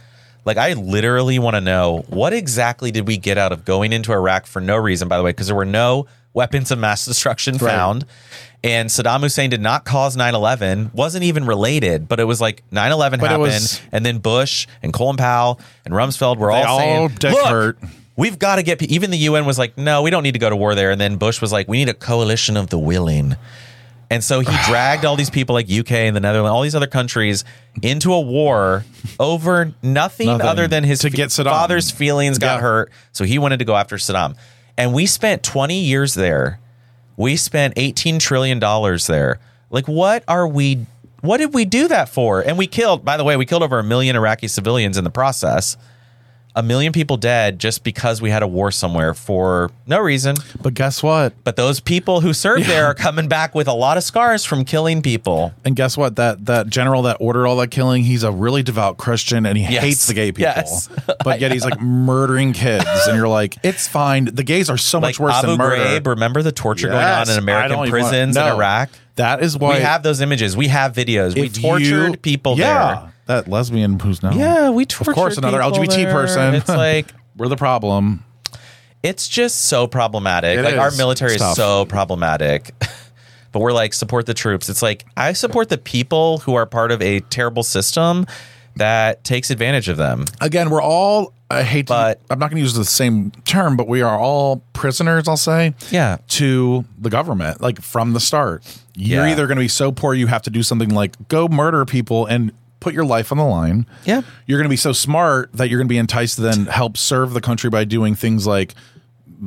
B: Like I literally want to know what exactly did we get out of going into Iraq for no reason? By the way, because there were no weapons of mass destruction found. And Saddam Hussein did not cause 9 11, wasn't even related, but it was like 9 11
A: But it
B: happened.
A: was-
B: and then Bush and Colin Powell and Rumsfeld were all,
A: all
B: saying,
A: dick
B: Look,
A: hurt."
B: We've got to get, pe-" even the UN was like, no, we don't need to go to war there. And then Bush was like, we need a coalition of the willing. And so he dragged all these people like UK and the Netherlands, all these other countries into a war over nothing,
A: Nothing.
B: other than his
A: To get Saddam.
B: father's feelings got
A: Yeah.
B: hurt. So he wanted to go after Saddam. And we spent 20 years there. We spent 18 trillion dollars there. Like what are we what did we do that for? And we killed, by the way, we killed over a million Iraqi civilians in the process. A million people dead just because we had a war somewhere for no reason.
A: But guess what?
B: But those people who served there are coming back with a lot of scars from killing people.
A: And guess what? That that general that ordered all that killing, he's a really devout Christian and he
B: Yes.
A: hates the gay people.
B: Yes.
A: But yet he's like murdering kids, and you're like, it's fine. The gays are so
B: Like
A: much worse
B: Abu
A: than murder.
B: Ghraib, remember the torture going
A: Yes.
B: on in
A: I don't
B: American
A: even want-
B: prisons in
A: No.
B: Iraq?
A: That is why
B: we have those images. We have videos. We
A: if you-
B: tortured people
A: yeah, That lesbian who's now
B: there. Yeah, we tortured
A: of course another
B: people
A: LGBT
B: there.
A: person.
B: It's like
A: we're the problem.
B: it's just so problematic.
A: It
B: like our
A: is.
B: military
A: It's
B: is
A: tough.
B: so problematic. but we're like support the troops. It's like I support the people who are part of a terrible system that takes advantage of them.
A: Again, we're all I hate
B: But-
A: to, I'm not going to use the same term, but we are all prisoners, I'll say.
B: Yeah.
A: to the government, like from the start. You're
B: Yeah.
A: either going to be so poor you have to do something like go murder people and put your life on the line.
B: Yeah.
A: You're going to be so smart that you're going to be enticed to then help serve the country by doing things like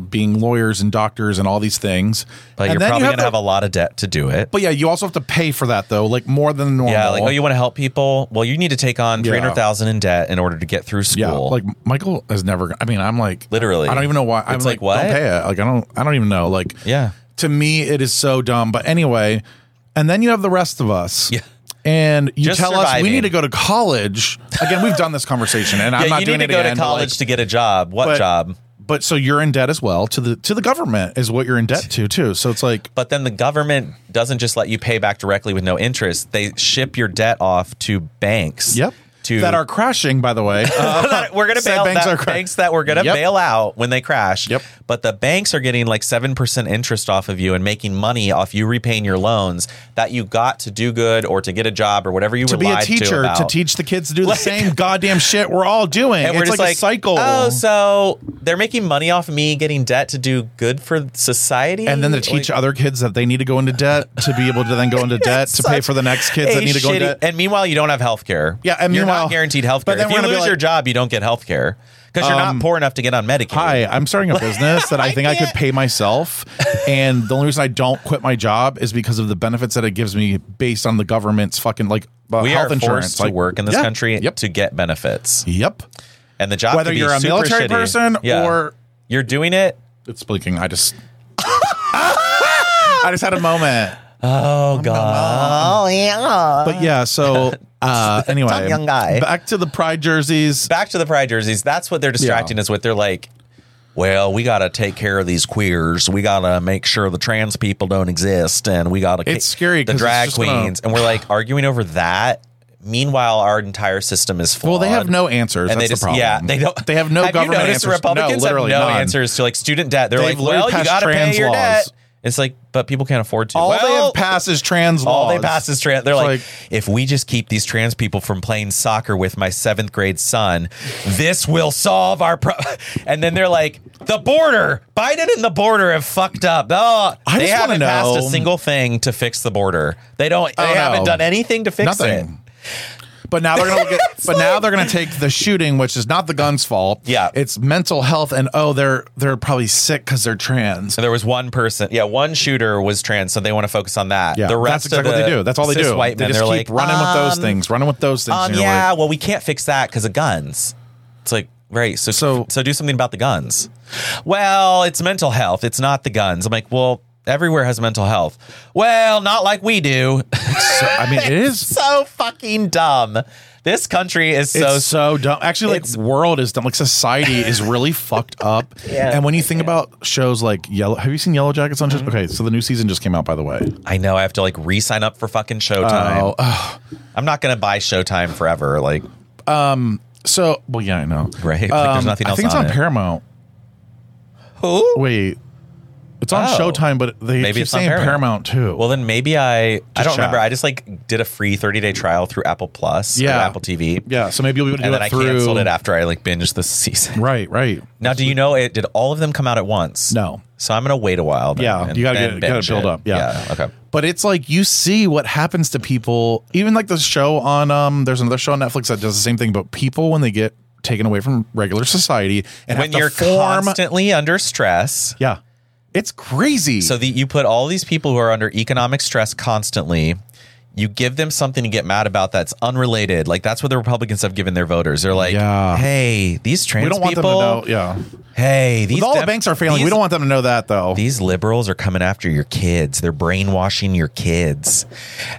A: being lawyers and doctors and all these things.
B: But
A: And
B: you're
A: then you
B: probably going to
A: the-
B: have a lot of debt to do it.
A: But yeah, you also have to pay for that though, like more than normal.
B: Yeah, like oh, you want to help people? Well, you need to take on three hundred thousand in debt in order to get through school.
A: Yeah, like Michael has never. I mean, I'm like
B: Literally.
A: I don't even know why. I'm
B: It's
A: like,
B: like, what?
A: Don't pay it. Like I don't. I don't even know. Like
B: Yeah.
A: To me, it is so dumb. But anyway, and then you have the rest of us.
B: Yeah.
A: And you
B: Just
A: tell us we
B: surviving.
A: need to go to college. Again, we've done this conversation, and I'm
B: yeah,
A: not
B: you
A: doing
B: need to
A: it
B: go
A: again.
B: to
A: but, like,
B: college to get a job. What
A: But-
B: job?
A: but so you're in debt as well to the to the government is what you're in debt to too. So it's like
B: But then the government doesn't just let you pay back directly with no interest. They ship your debt off to banks.
A: yep.
B: To
A: that are crashing, by the way. uh,
B: that we're gonna
A: Said
B: bail
A: banks
B: that,
A: are cra-
B: banks that we're gonna
A: Yep.
B: bail out when they crash.
A: Yep.
B: But the banks are getting like seven percent interest off of you and making money off you repaying your loans that you got to do good or to get a job or whatever you
A: to
B: were
A: be a
B: lied
A: teacher, to,
B: about.
A: teach the kids to do
B: Like-
A: the same goddamn shit we're all doing.
B: and
A: it's
B: we're just
A: like,
B: like,
A: a cycle.
B: Oh, so they're making money off me getting debt to do good for society,
A: and then to teach
B: Like,
A: other kids that they need to go into debt to be able to then go into debt to pay
B: such
A: for the next kids that
B: a
A: need to go into
B: shitty-
A: debt.
B: And meanwhile, you don't have health care.
A: Yeah, and
B: you're
A: meanwhile-
B: not guaranteed health
A: but
B: care.
A: then
B: If you
A: we're gonna be
B: lose your
A: like-
B: job, you don't get health care because you're
A: Um,
B: not poor enough to get on Medicaid.
A: Hi, I'm starting a business that I
B: I
A: think I could
B: can't-
A: pay myself. And the only reason I don't quit my job is because of the benefits that it gives me based on the government's fucking like uh,
B: we
A: health
B: are
A: insurance.
B: forced to
A: like-
B: work in this
A: Yeah,
B: country
A: Yep.
B: to get benefits,
A: yep.
B: and the job
A: Whether
B: could be
A: you're a
B: super
A: military
B: shitty.
A: person
B: Yeah.
A: or
B: you're doing it.
A: it's blinking. I just I just had a moment.
B: Oh god! Oh yeah.
A: But yeah, so uh anyway.
B: Dumb young guy.
A: Back to the pride jerseys.
B: back to the pride jerseys. That's what they're distracting us with. They're like, well, we got to take care of these queers. We got to make sure the trans people don't exist, and we got to.
A: It's scary
B: the
A: 'cause it's
B: drag
A: just gonna-
B: queens, and we're like arguing over that. Meanwhile, our entire system is flawed.
A: Well, they have no answers.
B: And
A: That's
B: they just,
A: the problem.
B: yeah, they don't.
A: They have no
B: have
A: government
B: you noticed
A: answers.
B: The Republicans
A: no, literally
B: have no
A: none.
B: answers to like student debt. They're
A: They've
B: like,
A: literally
B: well, you
A: passed
B: got to pay
A: trans
B: your
A: laws.
B: debt. It's like, but people can't afford to.
A: All they
B: Well,
A: have passed is trans laws.
B: all they pass is trans. They're
A: It's
B: like,
A: like-
B: if we just keep these trans people from playing soccer with my seventh grade son, this will solve our problem. And then they're like, the border, Biden and the border have fucked up. Oh,
A: I
B: they
A: just wanna
B: haven't passed a
A: know-
B: single thing to fix the border. They don't. They
A: Oh, no.
B: haven't done anything to fix it.
A: nothing. But now they're gonna get, but now they're gonna take the shooting, which is not the gun's fault.
B: Yeah.
A: it's mental health, and oh, they're they're probably sick because they're trans.
B: So there was one person, yeah, one shooter was trans, so they want to focus on that.
A: Yeah,
B: the rest
A: that's exactly
B: of the
A: what they do. That's all they
B: cis
A: do.
B: White
A: they
B: men,
A: just
B: they're
A: keep
B: like
A: running with those
B: um,
A: things, running with those things.
B: Um,
A: and you're
B: yeah,
A: like,
B: well, we can't fix that because of guns. It's like, right. So,
A: So-
B: so, do something about the guns. Well, it's mental health. It's not the guns. I'm like, well, everywhere has mental health. Well, not like we do.
A: so- I mean, it is.
B: so fucking dumb. This country is so.
A: It's so dumb. Actually, like
B: It's-
A: world is dumb. Like society is really fucked up.
B: Yeah. Mm-hmm.
A: And when you think about shows like Yellow, have you seen Yellow Jackets on? Okay, so the new season just came out, by the way.
B: I know I have to like re-sign up for fucking Showtime.
A: Oh, uh,
B: I'm not gonna buy Showtime forever. Like,
A: so well, yeah, I know.
B: Right, like, there's nothing
A: I
B: else
A: think it's
B: on
A: on
B: it.
A: Paramount.
B: who?
A: Wait, It's on
B: Oh.
A: Showtime, but they
B: Maybe
A: keep
B: it's on
A: saying Paramount.
B: Paramount.
A: too.
B: Well, then maybe I I
A: Just
B: don't remember.
A: check.
B: I just like did a free 30 day trial through Apple Plus,
A: Yeah.
B: yeah, Apple TV,
A: yeah, so maybe you'll be able to do
B: and then
A: that
B: I
A: through.
B: canceled it after I like binged this season.
A: Right, right.
B: Now, do you know it? Did all of them come out at once?
A: No.
B: So I'm gonna wait a while. Then,
A: Yeah,
B: and
A: you gotta
B: then
A: get gotta
B: binge
A: build
B: it.
A: up. Yeah.
B: Okay.
A: But it's like you see what happens to people. Even like the show on um, there's another show on Netflix that does the same thing. But people when they get taken away from regular society and
B: When
A: have
B: you're
A: to form,
B: constantly under stress,
A: yeah, it's crazy.
B: So the, you put all these people who are under economic stress constantly. You give them something to get mad about that's unrelated. Like that's what the Republicans have given their voters. They're like,
A: Yeah.
B: "Hey, these trans
A: we don't want
B: people.
A: them to know. Yeah,
B: Hey, these
A: With all the
B: Dem-
A: banks are failing.
B: these-
A: we don't want them to know that though.
B: these liberals are coming after your kids. They're brainwashing your kids.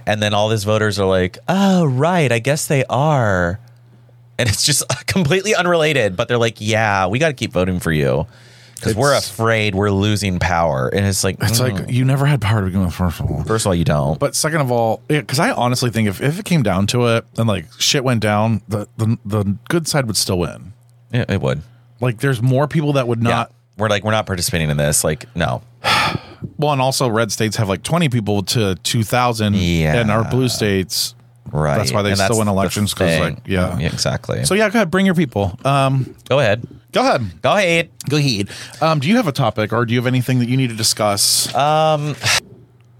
B: And then all these voters are like, oh, right. I guess they are. And it's just completely unrelated. But they're like, yeah, we got to keep voting for you because we're
A: It's-
B: afraid we're losing power. And it's like, "Mm,
A: it's like you never had power to begin with. First of all,
B: first of all, you don't.
A: But second of all, because I honestly think if, if it came down to it and like shit went down, the, the the good side would still win.
B: Yeah, it would.
A: Like there's more people that would not.
B: yeah. We're like, we're not participating in this. Like, no.
A: Well, and also red states have like 20 people to 2,000,
B: Yeah.
A: and our blue states.
B: Right.
A: That's why they
B: And
A: still win
B: the
A: elections, 'cause,
B: thing.
A: like, yeah.
B: Exactly.
A: So
B: So
A: yeah, go ahead, bring your people. Um,
B: go ahead.
A: go ahead,
B: Go ahead.
A: go ahead. Um, do you have a topic, or do you have anything that you need to discuss?
B: Uh,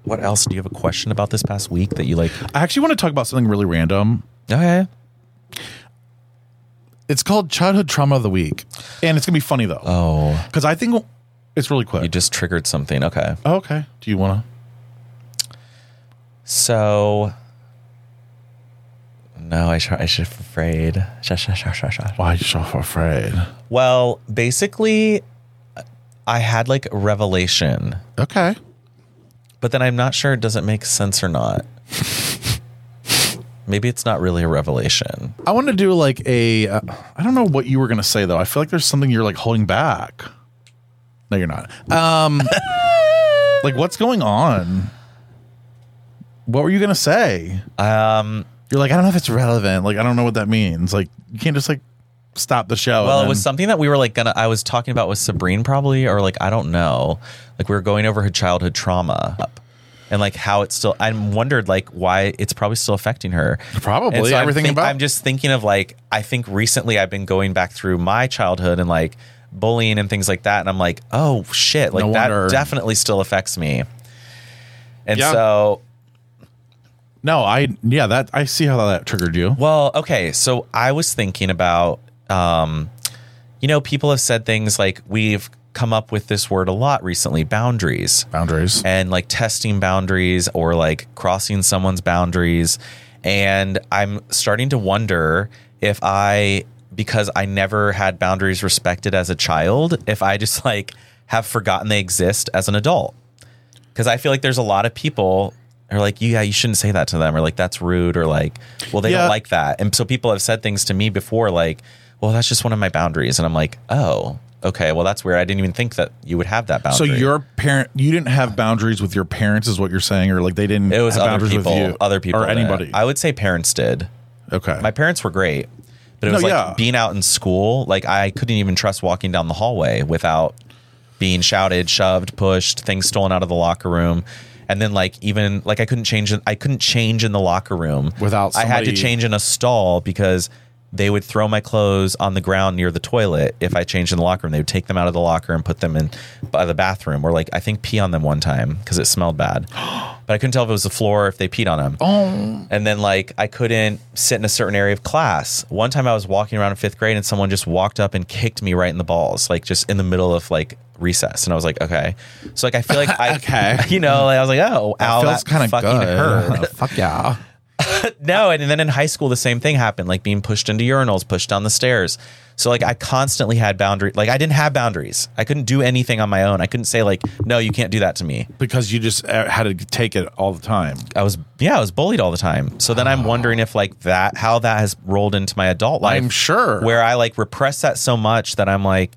B: What else? Do you have a question about this past week that you like?
A: I actually want to talk about something really random.
B: Oh, yeah.
A: It's called childhood trauma of the week, and it's gonna be funny though,
B: Oh.
A: because I think it's really quick.
B: You just triggered something. Okay.
A: Oh, okay, do you want to?
B: So. No, I, sh- I should afraid. Sh- sh- sh- sh- sh-
A: Why are you so afraid?
B: Well, basically, I had like a revelation,
A: Okay.
B: but then I'm not sure it doesn't make sense or not. Maybe it's not really a revelation.
A: I want to do like a. Uh, I don't know what you were gonna say though. I feel like there's something you're like holding back. No, you're not. Um, like what's going on? What were you gonna say?
B: Um,
A: You're like I don't know if it's relevant. Like I don't know what that means. Like you can't just like stop the show.
B: well,
A: and
B: it was
A: then-
B: something that we were like gonna. I was talking about with Sabrine probably, or like I don't know. Like we were going over her childhood trauma, and like how it's still. I wondered like why it's probably still affecting her.
A: probably
B: And so I'm
A: everything
B: think-
A: about.
B: I'm just thinking of like I think recently I've been going back through my childhood and like bullying and things like that, and I'm like, oh shit, like
A: No
B: that
A: wonder.
B: definitely still affects me. And
A: Yeah.
B: so,
A: no, I yeah that I see how that triggered you.
B: well, okay, so I was thinking about, um, you know, people have said things like we've come up with this word a lot recently, boundaries.
A: Boundaries.
B: and like testing boundaries or like crossing someone's boundaries. And I'm starting to wonder if I, because I never had boundaries respected as a child, if I just like have forgotten they exist as an adult. Because I feel like there's a lot of people who are like, yeah, you shouldn't say that to them, or like that's rude, or like, well, they
A: Yeah.
B: don't like that. And so people have said things to me before, like, well, that's just one of my boundaries. And I'm like, oh, okay, well, that's weird. I didn't even think that you would have that
A: So
B: boundary.
A: your parent, you didn't have boundaries with your parents, is what you're saying, or like they didn't.
B: It was
A: have
B: other
A: boundaries with
B: people,
A: you,
B: other people,
A: or
B: that-
A: anybody.
B: I would say parents did.
A: okay,
B: My parents were great, but it was
A: No,
B: like
A: yeah.
B: being out in school. Like I couldn't even trust walking down the hallway without being shouted, shoved, pushed, things stolen out of the locker room. And then like even like I couldn't change in- I couldn't change in the locker room
A: Without
B: I had to
A: somebody-
B: change in a stall because they would throw my clothes on the ground near the toilet if I changed in the locker room. They would take them out of the locker and put them in by the bathroom or like I think pee on them one time because it smelled bad. But I couldn't tell if it was the floor or if they peed on them.
A: Oh,
B: And then like I couldn't sit in a certain area of class. One time I was walking around in fifth grade and someone just walked up and kicked me right in the balls, like just in the middle of like recess. And I was like, okay. So like I feel like I
A: Okay.
B: you know, like, I was like, oh, ow,
A: feels
B: that
A: kind of
B: fucking
A: good.
B: hurt.
A: Fuck yeah.
B: No, and then in high school the same thing happened, like being pushed into urinals, pushed down the stairs. So like I constantly had boundaries. Like I didn't have boundaries. I couldn't do anything on my own. I couldn't say like, no, you can't do that to me.
A: because you just uh, had to take it all the time.
B: I was yeah, I was bullied all the time. So then I'm
A: Ah.
B: wondering if like that how that has rolled into my adult life.
A: I'm sure.
B: Where I like repress that so much that I'm like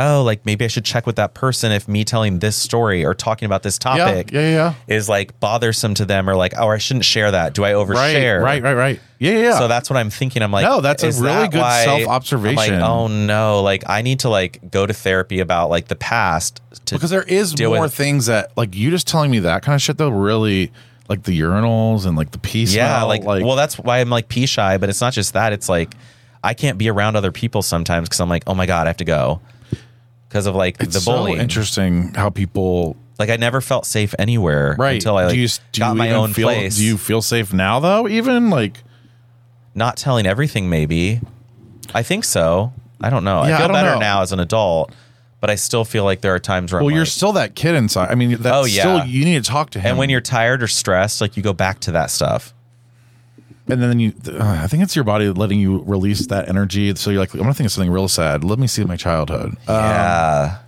B: oh, like maybe I should check with that person if me telling this story or talking about this topic
A: yeah, yeah,
B: is like bothersome to them or like, oh, I shouldn't share that. Do I
A: Right,
B: overshare?
A: right, right, right. Yeah, yeah, yeah.
B: So that's what I'm thinking. I'm like,
A: No, that's a
B: is
A: really
B: that
A: good
B: why-
A: self-observation.
B: I'm like, oh no, like I need to like go to therapy about like the past to
A: because there is
B: deal
A: more
B: with-
A: things that like you just telling me that kind of shit though really like the urinals and like the peace.
B: yeah, like, well, that's why I'm like pee shy. But it's not just that. It's like I can't be around other people sometimes because I'm like, oh my god, I have to go because of like
A: it's
B: the
A: so
B: bullying.
A: interesting how people
B: like I never felt safe anywhere
A: right
B: until I like
A: do you, do
B: got
A: you
B: my
A: even
B: own
A: feel,
B: place.
A: Do you feel safe now though? Even like
B: not telling everything, maybe. I think so. I don't know.
A: Yeah, I
B: I feel
A: don't
B: better
A: know.
B: now as an adult, but I still feel like there are times where
A: well,
B: I'm
A: you're
B: like-
A: still that kid inside. I mean, that's
B: Oh, yeah.
A: still you need to talk to him.
B: and when you're tired or stressed, like you go back to that stuff.
A: and then you th- uh, i think it's your body letting you release that energy so you're like i'm gonna think of something real sad let me see my childhood uh,
B: yeah.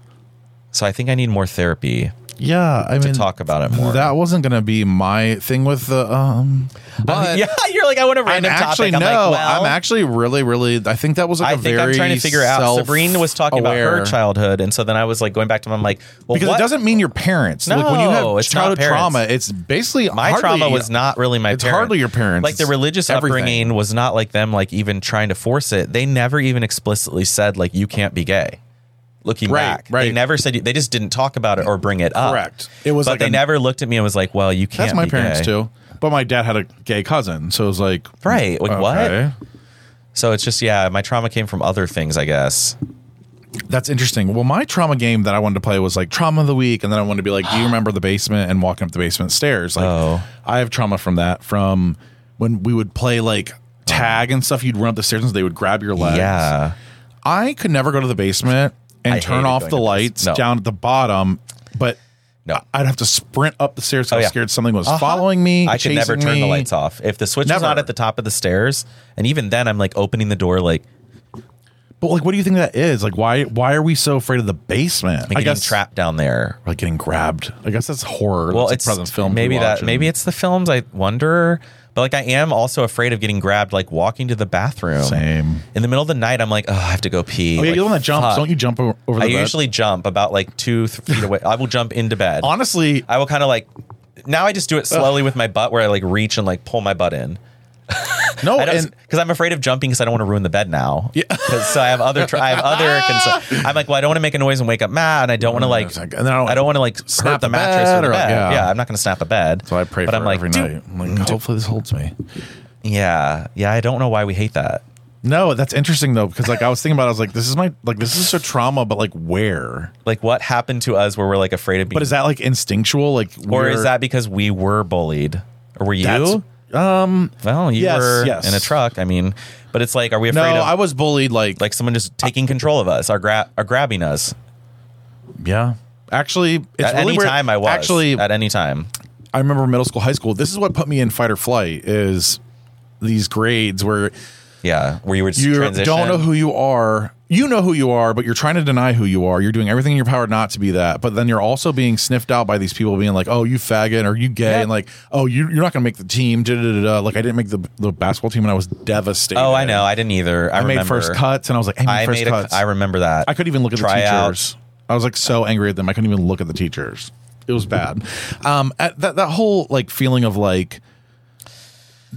B: So I think I need more therapy.
A: yeah i mean
B: talk about it more.
A: that wasn't gonna be my thing with the um but
B: yeah, you're like I want a
A: i'm
B: random
A: actually
B: topic. I'm
A: no
B: like, well,
A: i'm actually really really i think that was like
B: I
A: a
B: think
A: very
B: I'm trying to figure out. Sabrina was talking about her
A: self-aware-
B: childhood, and so then I was like going back to them. I'm like, well,
A: because
B: what?
A: it doesn't mean your parents like when you
B: No,
A: have
B: it's not
A: childhood
B: parents.
A: trauma it's basically
B: my
A: hardly-
B: trauma was not really my.
A: It's hardly your parents.
B: Like the
A: It's
B: religious
A: everything.
B: upbringing was not like them. Like even trying to force it, they never even explicitly said like you can't be gay. Looking
A: Right,
B: back, they
A: right.
B: never said. They just didn't talk about it or bring it up.
A: Correct. It was
B: but
A: like
B: they
A: a-
B: never looked at me and was like, "Well, you can't."
A: that's my
B: be
A: parents
B: gay.
A: too but my dad had a gay cousin so it was like
B: Right, like, what?
A: okay.
B: So it's just yeah, my trauma came from other things, I guess.
A: That's interesting. Well, my trauma game that I wanted to play was like trauma of the week, and then I wanted to be like, do you remember the basement and walking up the basement stairs? Like,
B: Oh.
A: I have trauma from that. From when we would play
B: Oh.
A: like tag and stuff, you'd run up the stairs and they would grab your legs.
B: Yeah.
A: I could never go to the basement and
B: I
A: turn
B: hated
A: off
B: going
A: the
B: to the
A: lights
B: basement. No.
A: down at the bottom, but
B: No.
A: I'd have to sprint up the stairs. 'cause
B: Oh,
A: I was
B: yeah.
A: scared something was following me.
B: I could never
A: chasing
B: turn the
A: me.
B: lights off. If the switch was
A: Never.
B: not at the top of the stairs, and even then I'm like opening the door like
A: But like, what do you think that is? Like, why? Why are we so afraid of the basement?
B: like,
A: I
B: getting
A: guess
B: trapped down there.
A: Like getting grabbed. I guess that's horror.
B: Well,
A: that's
B: it's
A: the present film. we
B: maybe
A: watch
B: that
A: and-
B: maybe it's the films I wonder, but like I am also afraid of getting grabbed like walking to the bathroom.
A: Same.
B: In the middle of the night I'm like, "Oh, I have to go pee."
A: Oh yeah,
B: Like,
A: you're the one that jumps.
B: fuck.
A: Don't you jump o- over the
B: I
A: bed?
B: usually jump about like 2 3 feet away. I will jump into bed.
A: honestly,
B: I will kind of like now I just do it slowly with my butt where I like reach and like pull my butt in.
A: no,
B: I don't
A: and
B: because I'm afraid of jumping because I don't want to ruin the bed now. Yeah. So I have other tr- I have other concerns. I'm like, well, I don't want to make a noise and wake up Matt, and I don't want to like,
A: And
B: I
A: then I don't-
B: don't, want to like
A: Snap
B: hurt the
A: the
B: mattress
A: bed
B: or the
A: or,
B: bed.
A: yeah.
B: Yeah. I'm not going to snap a bed.
A: so I pray
B: but
A: for
B: I'm
A: it
B: like,
A: every
B: dude,
A: night. I'm like, hopefully this holds me.
B: Yeah, yeah. I don't know why we hate that.
A: No, that's interesting though because like I was thinking about, it, I was like, this is my like this is a trauma, but like where?
B: Like, what happened to us where we're like afraid of being,
A: But is that like instinctual? Like,
B: or
A: we're-
B: is that because we were bullied, or were
A: That's-
B: you?
A: Um,
B: Well, you
A: yes,
B: were
A: yes.
B: in a truck. I mean, but it's like, are we
A: no,
B: afraid of
A: I was bullied. Like,
B: like someone just taking control of us, are gra- are grabbing us
A: yeah. Actually, it's
B: at
A: really
B: any
A: weird.
B: time? I was
A: actually.
B: at any time.
A: I remember middle school, high school. This is what put me in fight or flight. Is these grades where
B: Yeah, where you would
A: you
B: transition.
A: don't know who you are. You know who you are, but you're trying to deny who you are. You're doing everything in your power not to be that, but then you're also being sniffed out by these people being like, "Oh, you faggot," or "You gay,"
B: Yeah.
A: and like, "Oh, you, you're not going to make the team." Da, da, da, da. Like I didn't make the, the basketball team, and I was devastated.
B: Oh, I know. I didn't either. I,
A: I, made
B: remember.
A: first cuts, and I was like, "I made
B: I
A: first
B: made. A,
A: cuts."
B: I
A: I
B: remember that.
A: I couldn't even look at
B: Tryouts.
A: the teachers. I was like so angry at them. I couldn't even look at the teachers. It was bad. Um, at that that whole like feeling of like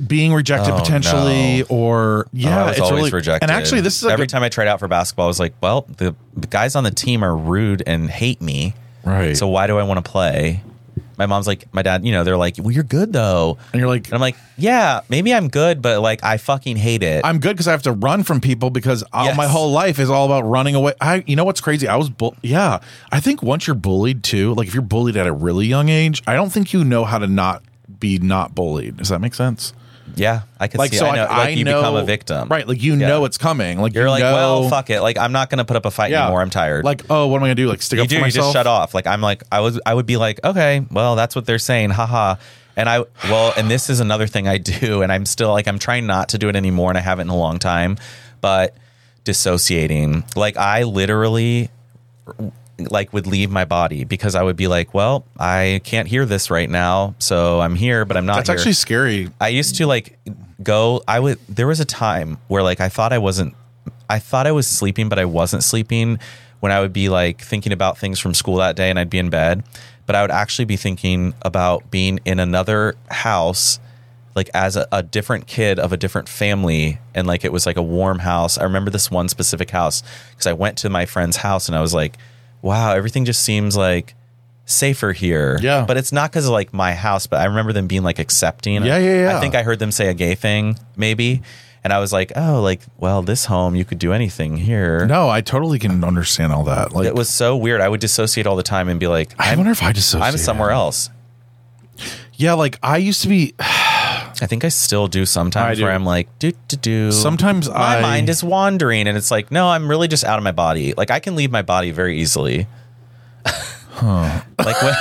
A: being rejected
B: Oh,
A: potentially,
B: no.
A: or
B: Oh,
A: yeah,
B: I was
A: it's
B: always
A: really
B: rejected.
A: And actually, this is like
B: every
A: a-
B: time I tried out for basketball, I was like, "Well, the, the guys on the team are rude and hate me,
A: Right.
B: so why do I want to play?" My mom's like, my dad, you know, they're like, "Well, you're good though,"
A: And you're like,
B: and I'm like, "Yeah, maybe I'm good, but like, I fucking hate it."
A: I'm good because I have to run from people because all,
B: Yes.
A: my whole life is all about running away. I, you know what's crazy? I was, bull- yeah. I think once you're bullied too, like if you're bullied at a really young age, I don't think you know how to not be not bullied. Does that make sense?
B: yeah, I could
A: Like
B: see.
A: so,
B: I know,
A: like,
B: like
A: I
B: you
A: know,
B: become a victim,
A: right? Like you
B: Yeah.
A: know it's coming. Like
B: You're
A: you
B: like,
A: know,
B: "Well, fuck it. Like, I'm not gonna put up a fight anymore. I'm tired."
A: Like, oh, what am I gonna do? Like stick
B: you
A: up
B: do
A: for
B: you
A: myself?
B: just shut off like i'm like i was i would be like okay well that's what they're saying haha and i well and this is another thing i do and i'm still like i'm trying not to do it anymore and i haven't in a long time but dissociating like i literally like would leave my body because i would be like well i can't hear this right now so i'm here but i'm not
A: That's
B: here.
A: actually scary.
B: I used to like go. I would. There was a time where like I thought I wasn't. I thought I was sleeping, but I wasn't sleeping. when I would be like thinking about things from school that day and I'd be in bed, but I would actually be thinking about being in another house like as a, a different kid of a different family and like it was like a warm house i remember this one specific house because i went to my friend's house and i was like wow everything just seems like safer here
A: Yeah.
B: but it's not because of like my house but i remember them being like accepting
A: Yeah, yeah, yeah.
B: i think i heard them say a gay thing maybe and i was like oh like well this home you could do anything here
A: No, I totally can understand all that. Like,
B: it was so weird i would dissociate all the time and be like
A: I
B: i'm,
A: wonder if I dissociate.
B: I'm somewhere else
A: Yeah, like I used to be.
B: I think I still do sometimes
A: I do.
B: where I'm like, do do do.
A: Sometimes
B: my
A: I-
B: mind is wandering, and it's like, no, I'm really just out of my body. Like I can leave my body very easily. like when,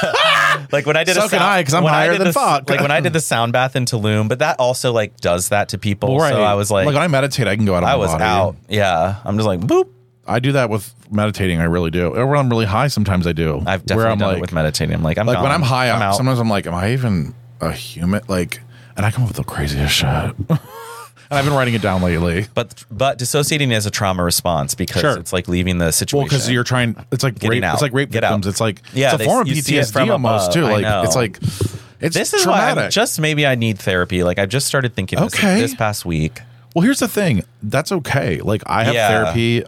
B: like when I did a
A: So can
B: sound,
A: I, 'cause I'm
B: when I
A: higher
B: did
A: than
B: the-
A: fuck.
B: Like when I did the sound bath in Tulum, but that also like does that to people.
A: Right.
B: So I was like,
A: like when I meditate, I can go out. Of
B: I
A: my
B: was
A: body.
B: out. Yeah, I'm just like, boop.
A: I do that with meditating. I really do. Or when I'm really high, sometimes I do.
B: I've definitely
A: I'm
B: done
A: like,
B: it with meditating. I'm like, I'm
A: like when
B: gone.
A: I'm high uh, up,
B: out.
A: sometimes I'm like, am I even a human? Like, and I come up with the craziest shit. and I've been writing it down lately.
B: but but dissociating is a trauma response because
A: Sure.
B: it's like leaving the situation.
A: Well, because you're trying, it's like
B: Getting
A: rape.
B: out.
A: It's like rape
B: Get
A: victims.
B: out.
A: It's like
B: Yeah,
A: it's a
B: they-
A: form
B: you
A: of
B: see it
A: PTSD
B: from
A: almost
B: above.
A: too.
B: I
A: Like
B: know.
A: it's like it's
B: this is
A: traumatic.
B: why I'm, just maybe I need therapy. Like I've just started thinking this-
A: Okay.
B: this past week.
A: well, here's the thing. That's okay. Like I have
B: Yeah.
A: therapy.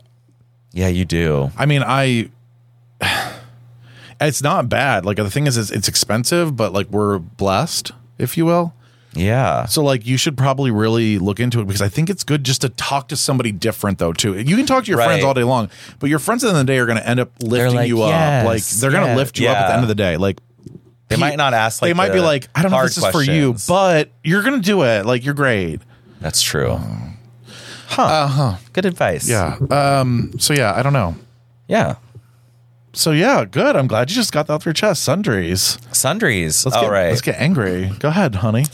B: Yeah, you do.
A: I mean, I. It's not bad. Like the thing is, is it's expensive, but like we're blessed, if you will.
B: Yeah.
A: So like you should probably really look into it because I think it's good just to talk to somebody different though too. You can talk to your
B: Right.
A: friends all day long, but your friends at the end of the day are going to end up lifting
B: like,
A: you
B: "Yes,
A: up. Like they're going to
B: yeah,
A: lift you up at the
B: yeah.
A: end of the day. Like
B: They might not ask,
A: they
B: like,
A: might
B: the
A: be like, I don't know if
B: hard
A: this is for you,
B: questions.
A: but you're going to do it. Like you're great.
B: That's true. Huh. Good advice.
A: Oh. Uh-huh. Yeah. Um. So yeah, I don't know.
B: Yeah.
A: So yeah, good. I'm glad you just got that off your chest. Sundries.
B: Sundries.
A: Let's
B: All
A: get,
B: right.
A: Let's get angry. Go ahead, honey.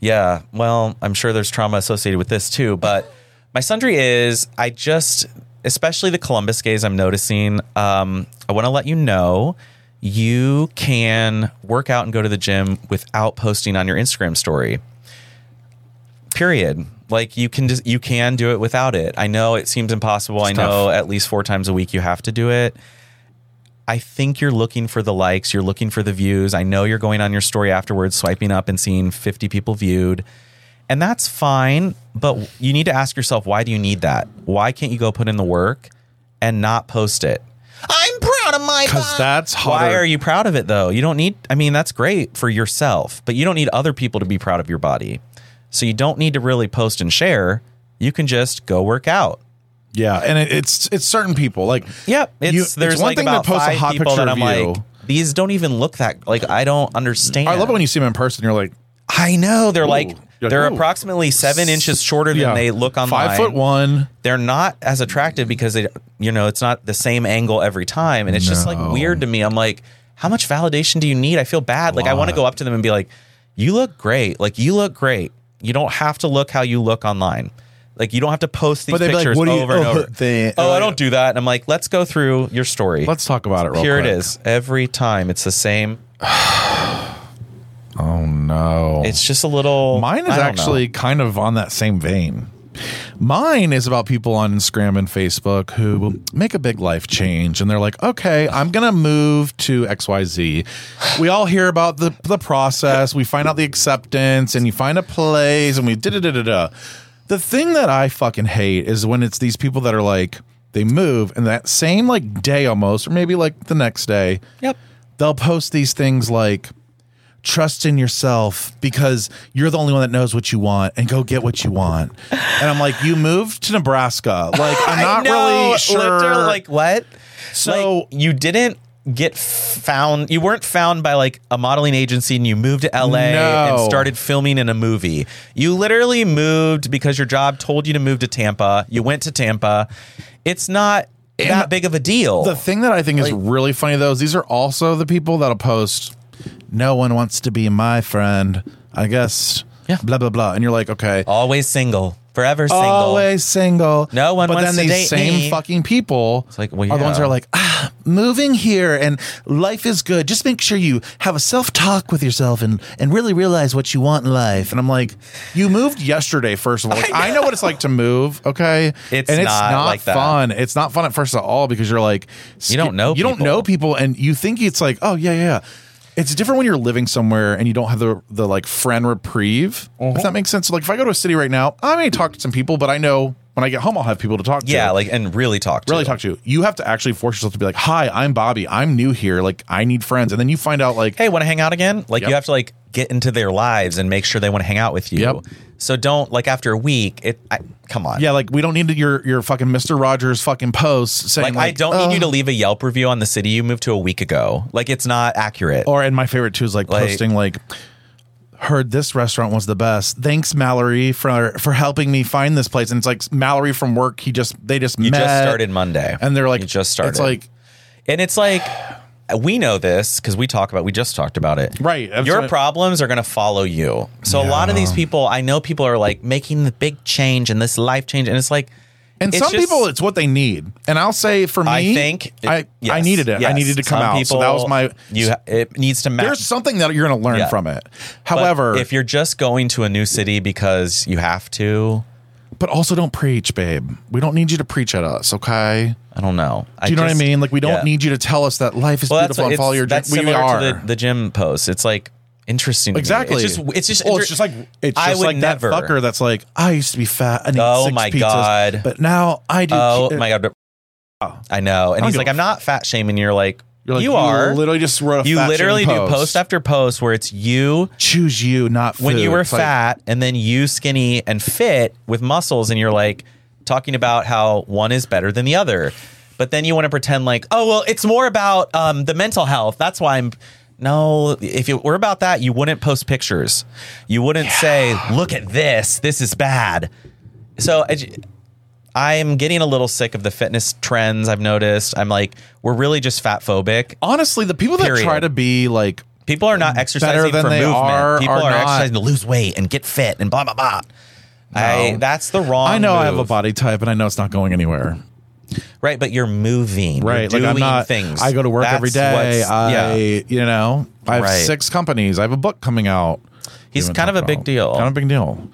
B: Yeah. Well, I'm sure there's trauma associated with this too, but my sundry is I just, especially the Columbus gays I'm noticing, um, I want to let you know you can work out and go to the gym without posting on your Instagram story. Period. Like you can just you can do it without it. I know it seems impossible. I know at least four times a week you have to do it. I think you're looking for the likes, you're looking for the views. I know you're going on your story afterwards, swiping up and seeing 50 people viewed. And that's fine, but you need to ask yourself, why do you need that? Why can't you go put in the work and not post it? I'm proud of my
A: Because
B: body.
A: that's harder.
B: Why are you proud of it though? You don't need I mean, that's great for yourself, but you don't need other people to be proud of your body. So you don't need to really post and share. You can just go work out.
A: Yeah, and it, it's it's certain people. Like
B: Yep. It's
A: you-
B: there's like about five people that I'm like, these don't even look that like I don't understand.
A: I love it when you see them in person. You're like,
B: I know they're like
A: You're like,
B: they're
A: ooh.
B: approximately seven inches shorter than
A: yeah,
B: they look online.
A: Five foot one.
B: They're not as attractive because they you know it's not the same angle every time, and it's just like
A: No.
B: weird to me. I'm like, how much validation do you need? I feel bad. Like I want to go up to them and be like, you look great. Like you look great. You don't have to look how you look online. Like you don't have to post these
A: But they'd be like,
B: pictures
A: "What do you-
B: over and
A: oh,
B: over.
A: they-
B: oh, I
A: like-
B: don't do that. And I'm like, let's go through your story.
A: Let's talk about it. Real
B: Here
A: quick.
B: it is. Every time it's the same.
A: Oh no,
B: It's just a little.
A: mine is
B: I don't
A: actually kind of on that same vein. Mine is about people on Instagram and Facebook who make a big life change and they're like, okay, I'm going to move to XYZ. We all hear about the, the process. We find out the acceptance and you find a place and we da da da da da. The thing that I fucking hate is when it's these people that are like, they move and that same like day almost, or maybe like the next day,
B: know. Yep.
A: they'll post these things like trust in yourself because you're the only one that knows what you want and go get what you want. And I'm like, you moved to Nebraska. Like I'm not really sure.
B: Literally, like what?
A: So-
B: Like, you didn't get found. You weren't found by like a modeling agency, and you moved to LA and
A: No.
B: started filming in a movie. You literally moved because your job told you to move to Tampa. You went to Tampa. It's not that big of a deal.
A: the thing that I think is really funny though is these are also the people that'll post, no one wants to be my friend. I guess
B: Yeah.
A: blah blah blah. And you're like, okay.
B: Always single, forever single.
A: Always single.
B: No one
A: But
B: wants
A: then
B: to
A: these
B: date
A: same
B: me.
A: fucking people
B: like, well,
A: are the ones
B: yeah.
A: that are like, ah, moving here and life is good. Just make sure you have a self talk with yourself and, and really realize what you want in life. And I'm like, you moved yesterday, first of all. Like, I, know. what it's like to move, okay?
B: It's
A: and
B: not like that.
A: fun. It's not fun at first at all because you're like,
B: You don't know
A: You don't
B: people.
A: know people and you think it's like, oh, yeah, yeah. It's different when you're living somewhere and you don't have the the like friend reprieve. If
B: Uh-huh.
A: that makes sense. Like if I go to a city right now, I may talk to some people, but I know when I get home I'll have people to talk to
B: Yeah, like and really talk to
A: really talk to you. You have to actually force yourself to be like, "Hi, I'm Bobby. I'm new here. Like, I need friends." And then you find out, like,
B: hey, want to hang out again? Like you
A: Yep.
B: have to like get into their lives and make sure they want to hang out with you.
A: Yep.
B: So don't like after a week. It I, come on.
A: "Yeah, like we don't need your your fucking Mister Rogers fucking posts saying "Oh,
B: Like, I don't need you
A: uh.
B: to leave a Yelp review on the city you moved to a week ago. Like it's not accurate.
A: Or and my favorite too is like,
B: Like-
A: posting like. Heard this restaurant was the best. Thanks, Mallory, for for helping me find this place. And it's like Mallory from work. He just they just
B: you
A: met
B: just started Monday,
A: and they're like
B: you just started.
A: It's like
B: and it's like we know this because we talk about we just talked about it.
A: Right, that's
B: Your
A: what I-
B: problems are going to follow you. So a lot of these people, I know people are like making the big change and this life change, and it's like.
A: And
B: it's
A: some
B: just-
A: people, it's what they need. And I'll say for me,
B: I think
A: I, I
B: yes,
A: needed it. I
B: yes.
A: needed to come
B: Some
A: out. so that was my.
B: You. ha- It needs to match.
A: there's something that you're going to learn
B: Yeah.
A: from it.
B: But
A: However,
B: if you're just going to a new city because you have to,
A: but also don't preach, babe. We don't need you to preach at us, okay?
B: I don't know. I
A: Do you know
B: just-
A: what I mean? Like we don't
B: yeah.
A: need you to tell us that life is
B: Well, that's
A: beautiful
B: what-
A: and
B: it's-
A: follow your dreams.
B: That's
A: We
B: similar
A: are.
B: to the, the gym post. It's like interesting. to me.
A: Exactly.
B: It's just. It's just.
A: Well, it's just like it's
B: I
A: just
B: would
A: like
B: never.
A: that fucker that's like I used to be fat and eat
B: Oh
A: six
B: my
A: pizzas,
B: God.
A: but now I do.
B: Oh
A: ki-
B: my god. I know.
A: I
B: And
A: don't
B: he's
A: give
B: like,
A: a
B: I'm not fat shaming. You're like,
A: You're like,
B: you are.
A: literally just wrote a
B: you
A: fat
B: literally do
A: shaming
B: post. after post where it's you
A: Choose you, not food.
B: when you were
A: It's like-
B: fat and then you skinny and fit with muscles and you're like talking about how one is better than the other but then you want to pretend like oh well it's more about um, the mental health that's why i'm no if it were about that you wouldn't post pictures you wouldn't say look at this this is bad so I, j- I am getting a little sick of the fitness trends i've noticed i'm like we're really just fat phobic
A: honestly, the people that
B: Period.
A: try to be like
B: People are not exercising
A: than
B: for
A: they
B: movement.
A: are,
B: People
A: are
B: are,
A: not.
B: exercising to lose weight and get fit and blah blah blah. I, that's the wrong.
A: I know I have a
B: move.
A: body type and I know it's not going anywhere.
B: right, but you're moving, You're
A: Right. Like I'm
B: doing
A: not
B: things.
A: I go to work
B: That's
A: every day.
B: what's-
A: I
B: yeah,
A: you know, I have
B: Right.
A: six companies. I have a book coming out.
B: he's
A: We haven't
B: kind of a
A: talked
B: big
A: about.
B: deal.
A: Kind of a big deal.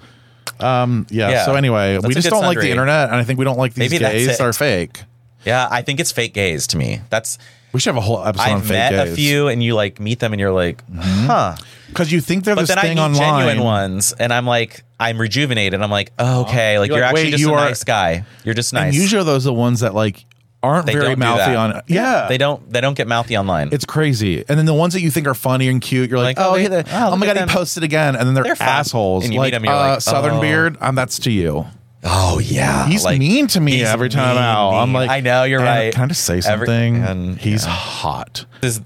A: Um yeah,
B: Yeah.
A: so anyway,
B: That's
A: we
B: a
A: just
B: good
A: don't like the
B: sundry.
A: internet and I think we don't like these
B: Maybe that's
A: gays
B: it.
A: that are fake.
B: yeah, I think it's fake gays to me. That's
A: We should have a whole episode on
B: I've
A: fake
B: met
A: gays.
B: a few, and you like meet them, and you're like, huh.
A: because you think they're
B: But
A: this
B: then I
A: thing
B: meet
A: online.
B: genuine ones, and I'm like, I'm rejuvenated. I'm like, oh, okay, like
A: You're
B: you're,
A: like,
B: actually
A: wait,
B: just
A: you
B: a
A: are-
B: nice guy. You're just
A: And
B: nice.
A: usually those are the ones that like aren't
B: they
A: very
B: don't do
A: mouthy
B: that.
A: on Yeah.
B: they don't. They don't get mouthy online.
A: It's crazy. And then the ones that you think are funny and cute, you're like,
B: Like,
A: oh,
B: oh, they-
A: yeah, they-
B: oh,
A: oh,
B: look
A: my
B: at
A: God,
B: them.
A: he posted again. And then they're,
B: They're fun.
A: assholes.
B: And you meet
A: like,
B: them, you're
A: uh,
B: like,
A: Southern
B: oh.
A: Beard, um, that's to you.
B: Oh yeah,
A: He's
B: Like,
A: mean to me
B: he's
A: every time
B: mean,
A: out. I'm
B: mean.
A: like,
B: I know you're
A: "And
B: right.
A: Can I just say
B: Every-
A: something?
B: and
A: He's
B: yeah.
A: hot.
B: this, is-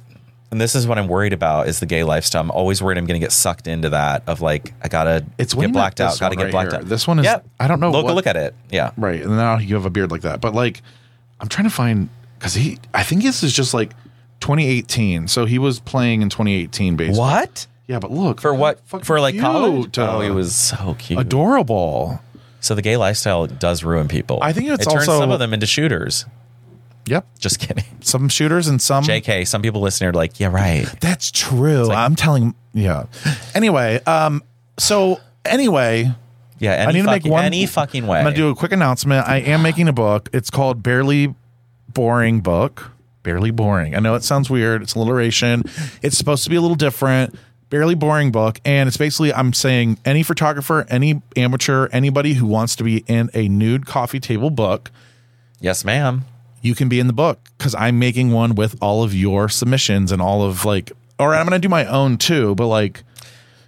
B: and this is what I'm worried about is the gay lifestyle. I'm always worried I'm going to get sucked into that of like I gotta
A: It's when
B: get
A: you
B: blacked
A: make
B: out,
A: this
B: gotta
A: one
B: get
A: right
B: blacked
A: here.
B: out.
A: This one is- I don't know
B: Look,
A: what-
B: look at it. Yeah,
A: Right. And now you have a beard like that. But like, I'm trying to find, because he, I think this is just like 2018. So he was playing in 2018, basically.
B: what
A: Yeah, but look.
B: for what
A: fucking
B: for like college?
A: cute. uh,
B: Oh, he was so cute.
A: Adorable.
B: so the gay lifestyle does ruin people.
A: I think it's
B: it turns
A: also-
B: some of them into shooters.
A: Yep.
B: Just kidding.
A: Some shooters and some.
B: Jk. Some people listening are like, yeah, right.
A: That's true. I'm telling. Yeah. Anyway, um. So anyway,
B: Yeah, any
A: I need to make
B: fucking-
A: one.
B: any fucking way.
A: I'm gonna do a quick announcement. I am making a book. It's called Barely Boring Book. Barely boring. I know it sounds weird. It's alliteration. It's supposed to be a little different. Barely boring book, and it's basically I'm saying any photographer, any amateur, anybody who wants to be in a nude coffee table book
B: yes, ma'am.
A: you can be in the book because I'm making one with all of your submissions and all of like, or I'm going to do my own too, but like,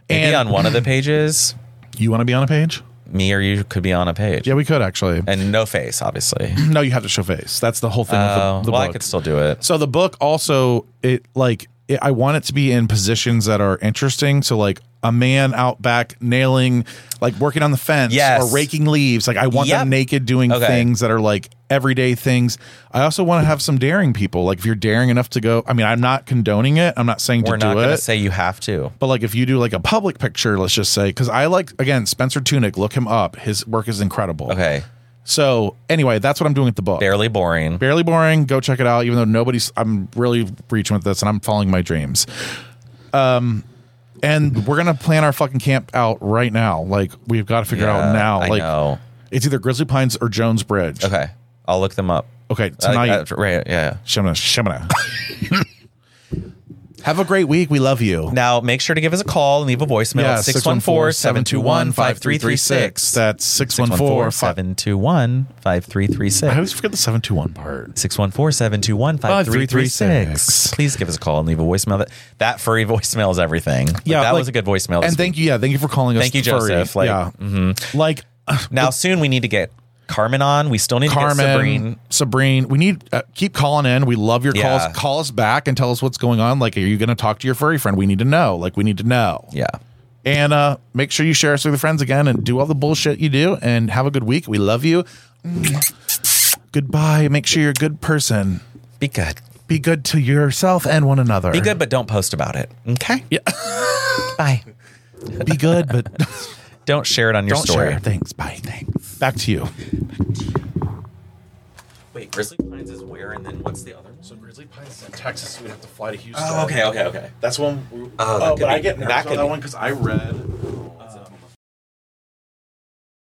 B: Maybe
A: and
B: on one of the pages,
A: you want to be on a page?
B: me or you could be on a page.
A: Yeah, we could actually.
B: And no face, obviously.
A: No, you have to show face. That's the whole thing
B: Oh,
A: of the, the
B: well, I
A: book.
B: could still do it.
A: so the book also, it like, it, I want it to be in positions that are interesting. So like a man out back nailing, like working on the fence
B: Yes.
A: or raking leaves. Like I want
B: Yep.
A: them naked doing
B: Okay.
A: things that are like everyday things. I also want to have some daring people. Like if you're daring enough to go, I mean, I'm not condoning it. I'm not saying
B: We're
A: to
B: not
A: do
B: going to
A: it.
B: say you have to.
A: But like if you do like a public picture, let's just say, because I like again Spencer Tunick, look him up. His work is incredible.
B: Okay.
A: So anyway, that's what I'm doing with the book.
B: Barely boring.
A: Barely boring. Go check it out. Even though nobody's, I'm really reaching with this, and I'm following my dreams. Um, and we're gonna plan our fucking camp out right now. Like we've got to figure
B: Yeah,
A: out now.
B: I
A: like
B: know.
A: it's either Grizzly Pines or Jones Bridge.
B: Okay. I'll look them up.
A: Okay,
B: Uh,
A: tonight.
B: uh, right. Yeah.
A: Shimna, Shimna. Have a great week. We love you.
B: Now, make sure to give us a call and leave a voicemail at 614 721 5336.
A: That's 614
B: 721
A: I
B: 5336.
A: always forget the 721 part.
B: 614 721 5336. Please give us a call and leave a voicemail. That, that furry voicemail is everything. Like,
A: Yeah,
B: That
A: like-
B: was a good voicemail. this
A: And thank you. Yeah. Thank you for calling us.
B: Thank you,
A: furry.
B: Joseph, like, mm-hmm.
A: yeah. Like uh,
B: week. Now, soon we need to get Carmen on. We still need to get Sabrine.
A: Carmen, Sabrine, we need, uh, keep calling in. We love your
B: Yeah.
A: calls. Call us back and tell us what's going on. Like, are you going to talk to your furry friend? We need to know. Like, we need to know.
B: Yeah.
A: And uh, make sure you share us with your friends again and do all the bullshit you do and have a good week. We love you. Goodbye. Make sure you're a good person.
B: Be good.
A: Be good to yourself and one another.
B: Be good, but don't post about it. Okay.
A: Yeah.
B: Bye.
A: Be good, but
B: Don't share it on your
A: don't
B: story.
A: share. Thanks. Bye. Thanks. Back to you.
B: Wait, Grizzly Pines is where, and then what's the other?
A: So Grizzly Pines in Texas. We'd have to fly to Houston.
B: Oh, okay, okay, okay.
A: That's one.
B: Oh, that could be- that could be-
A: because I read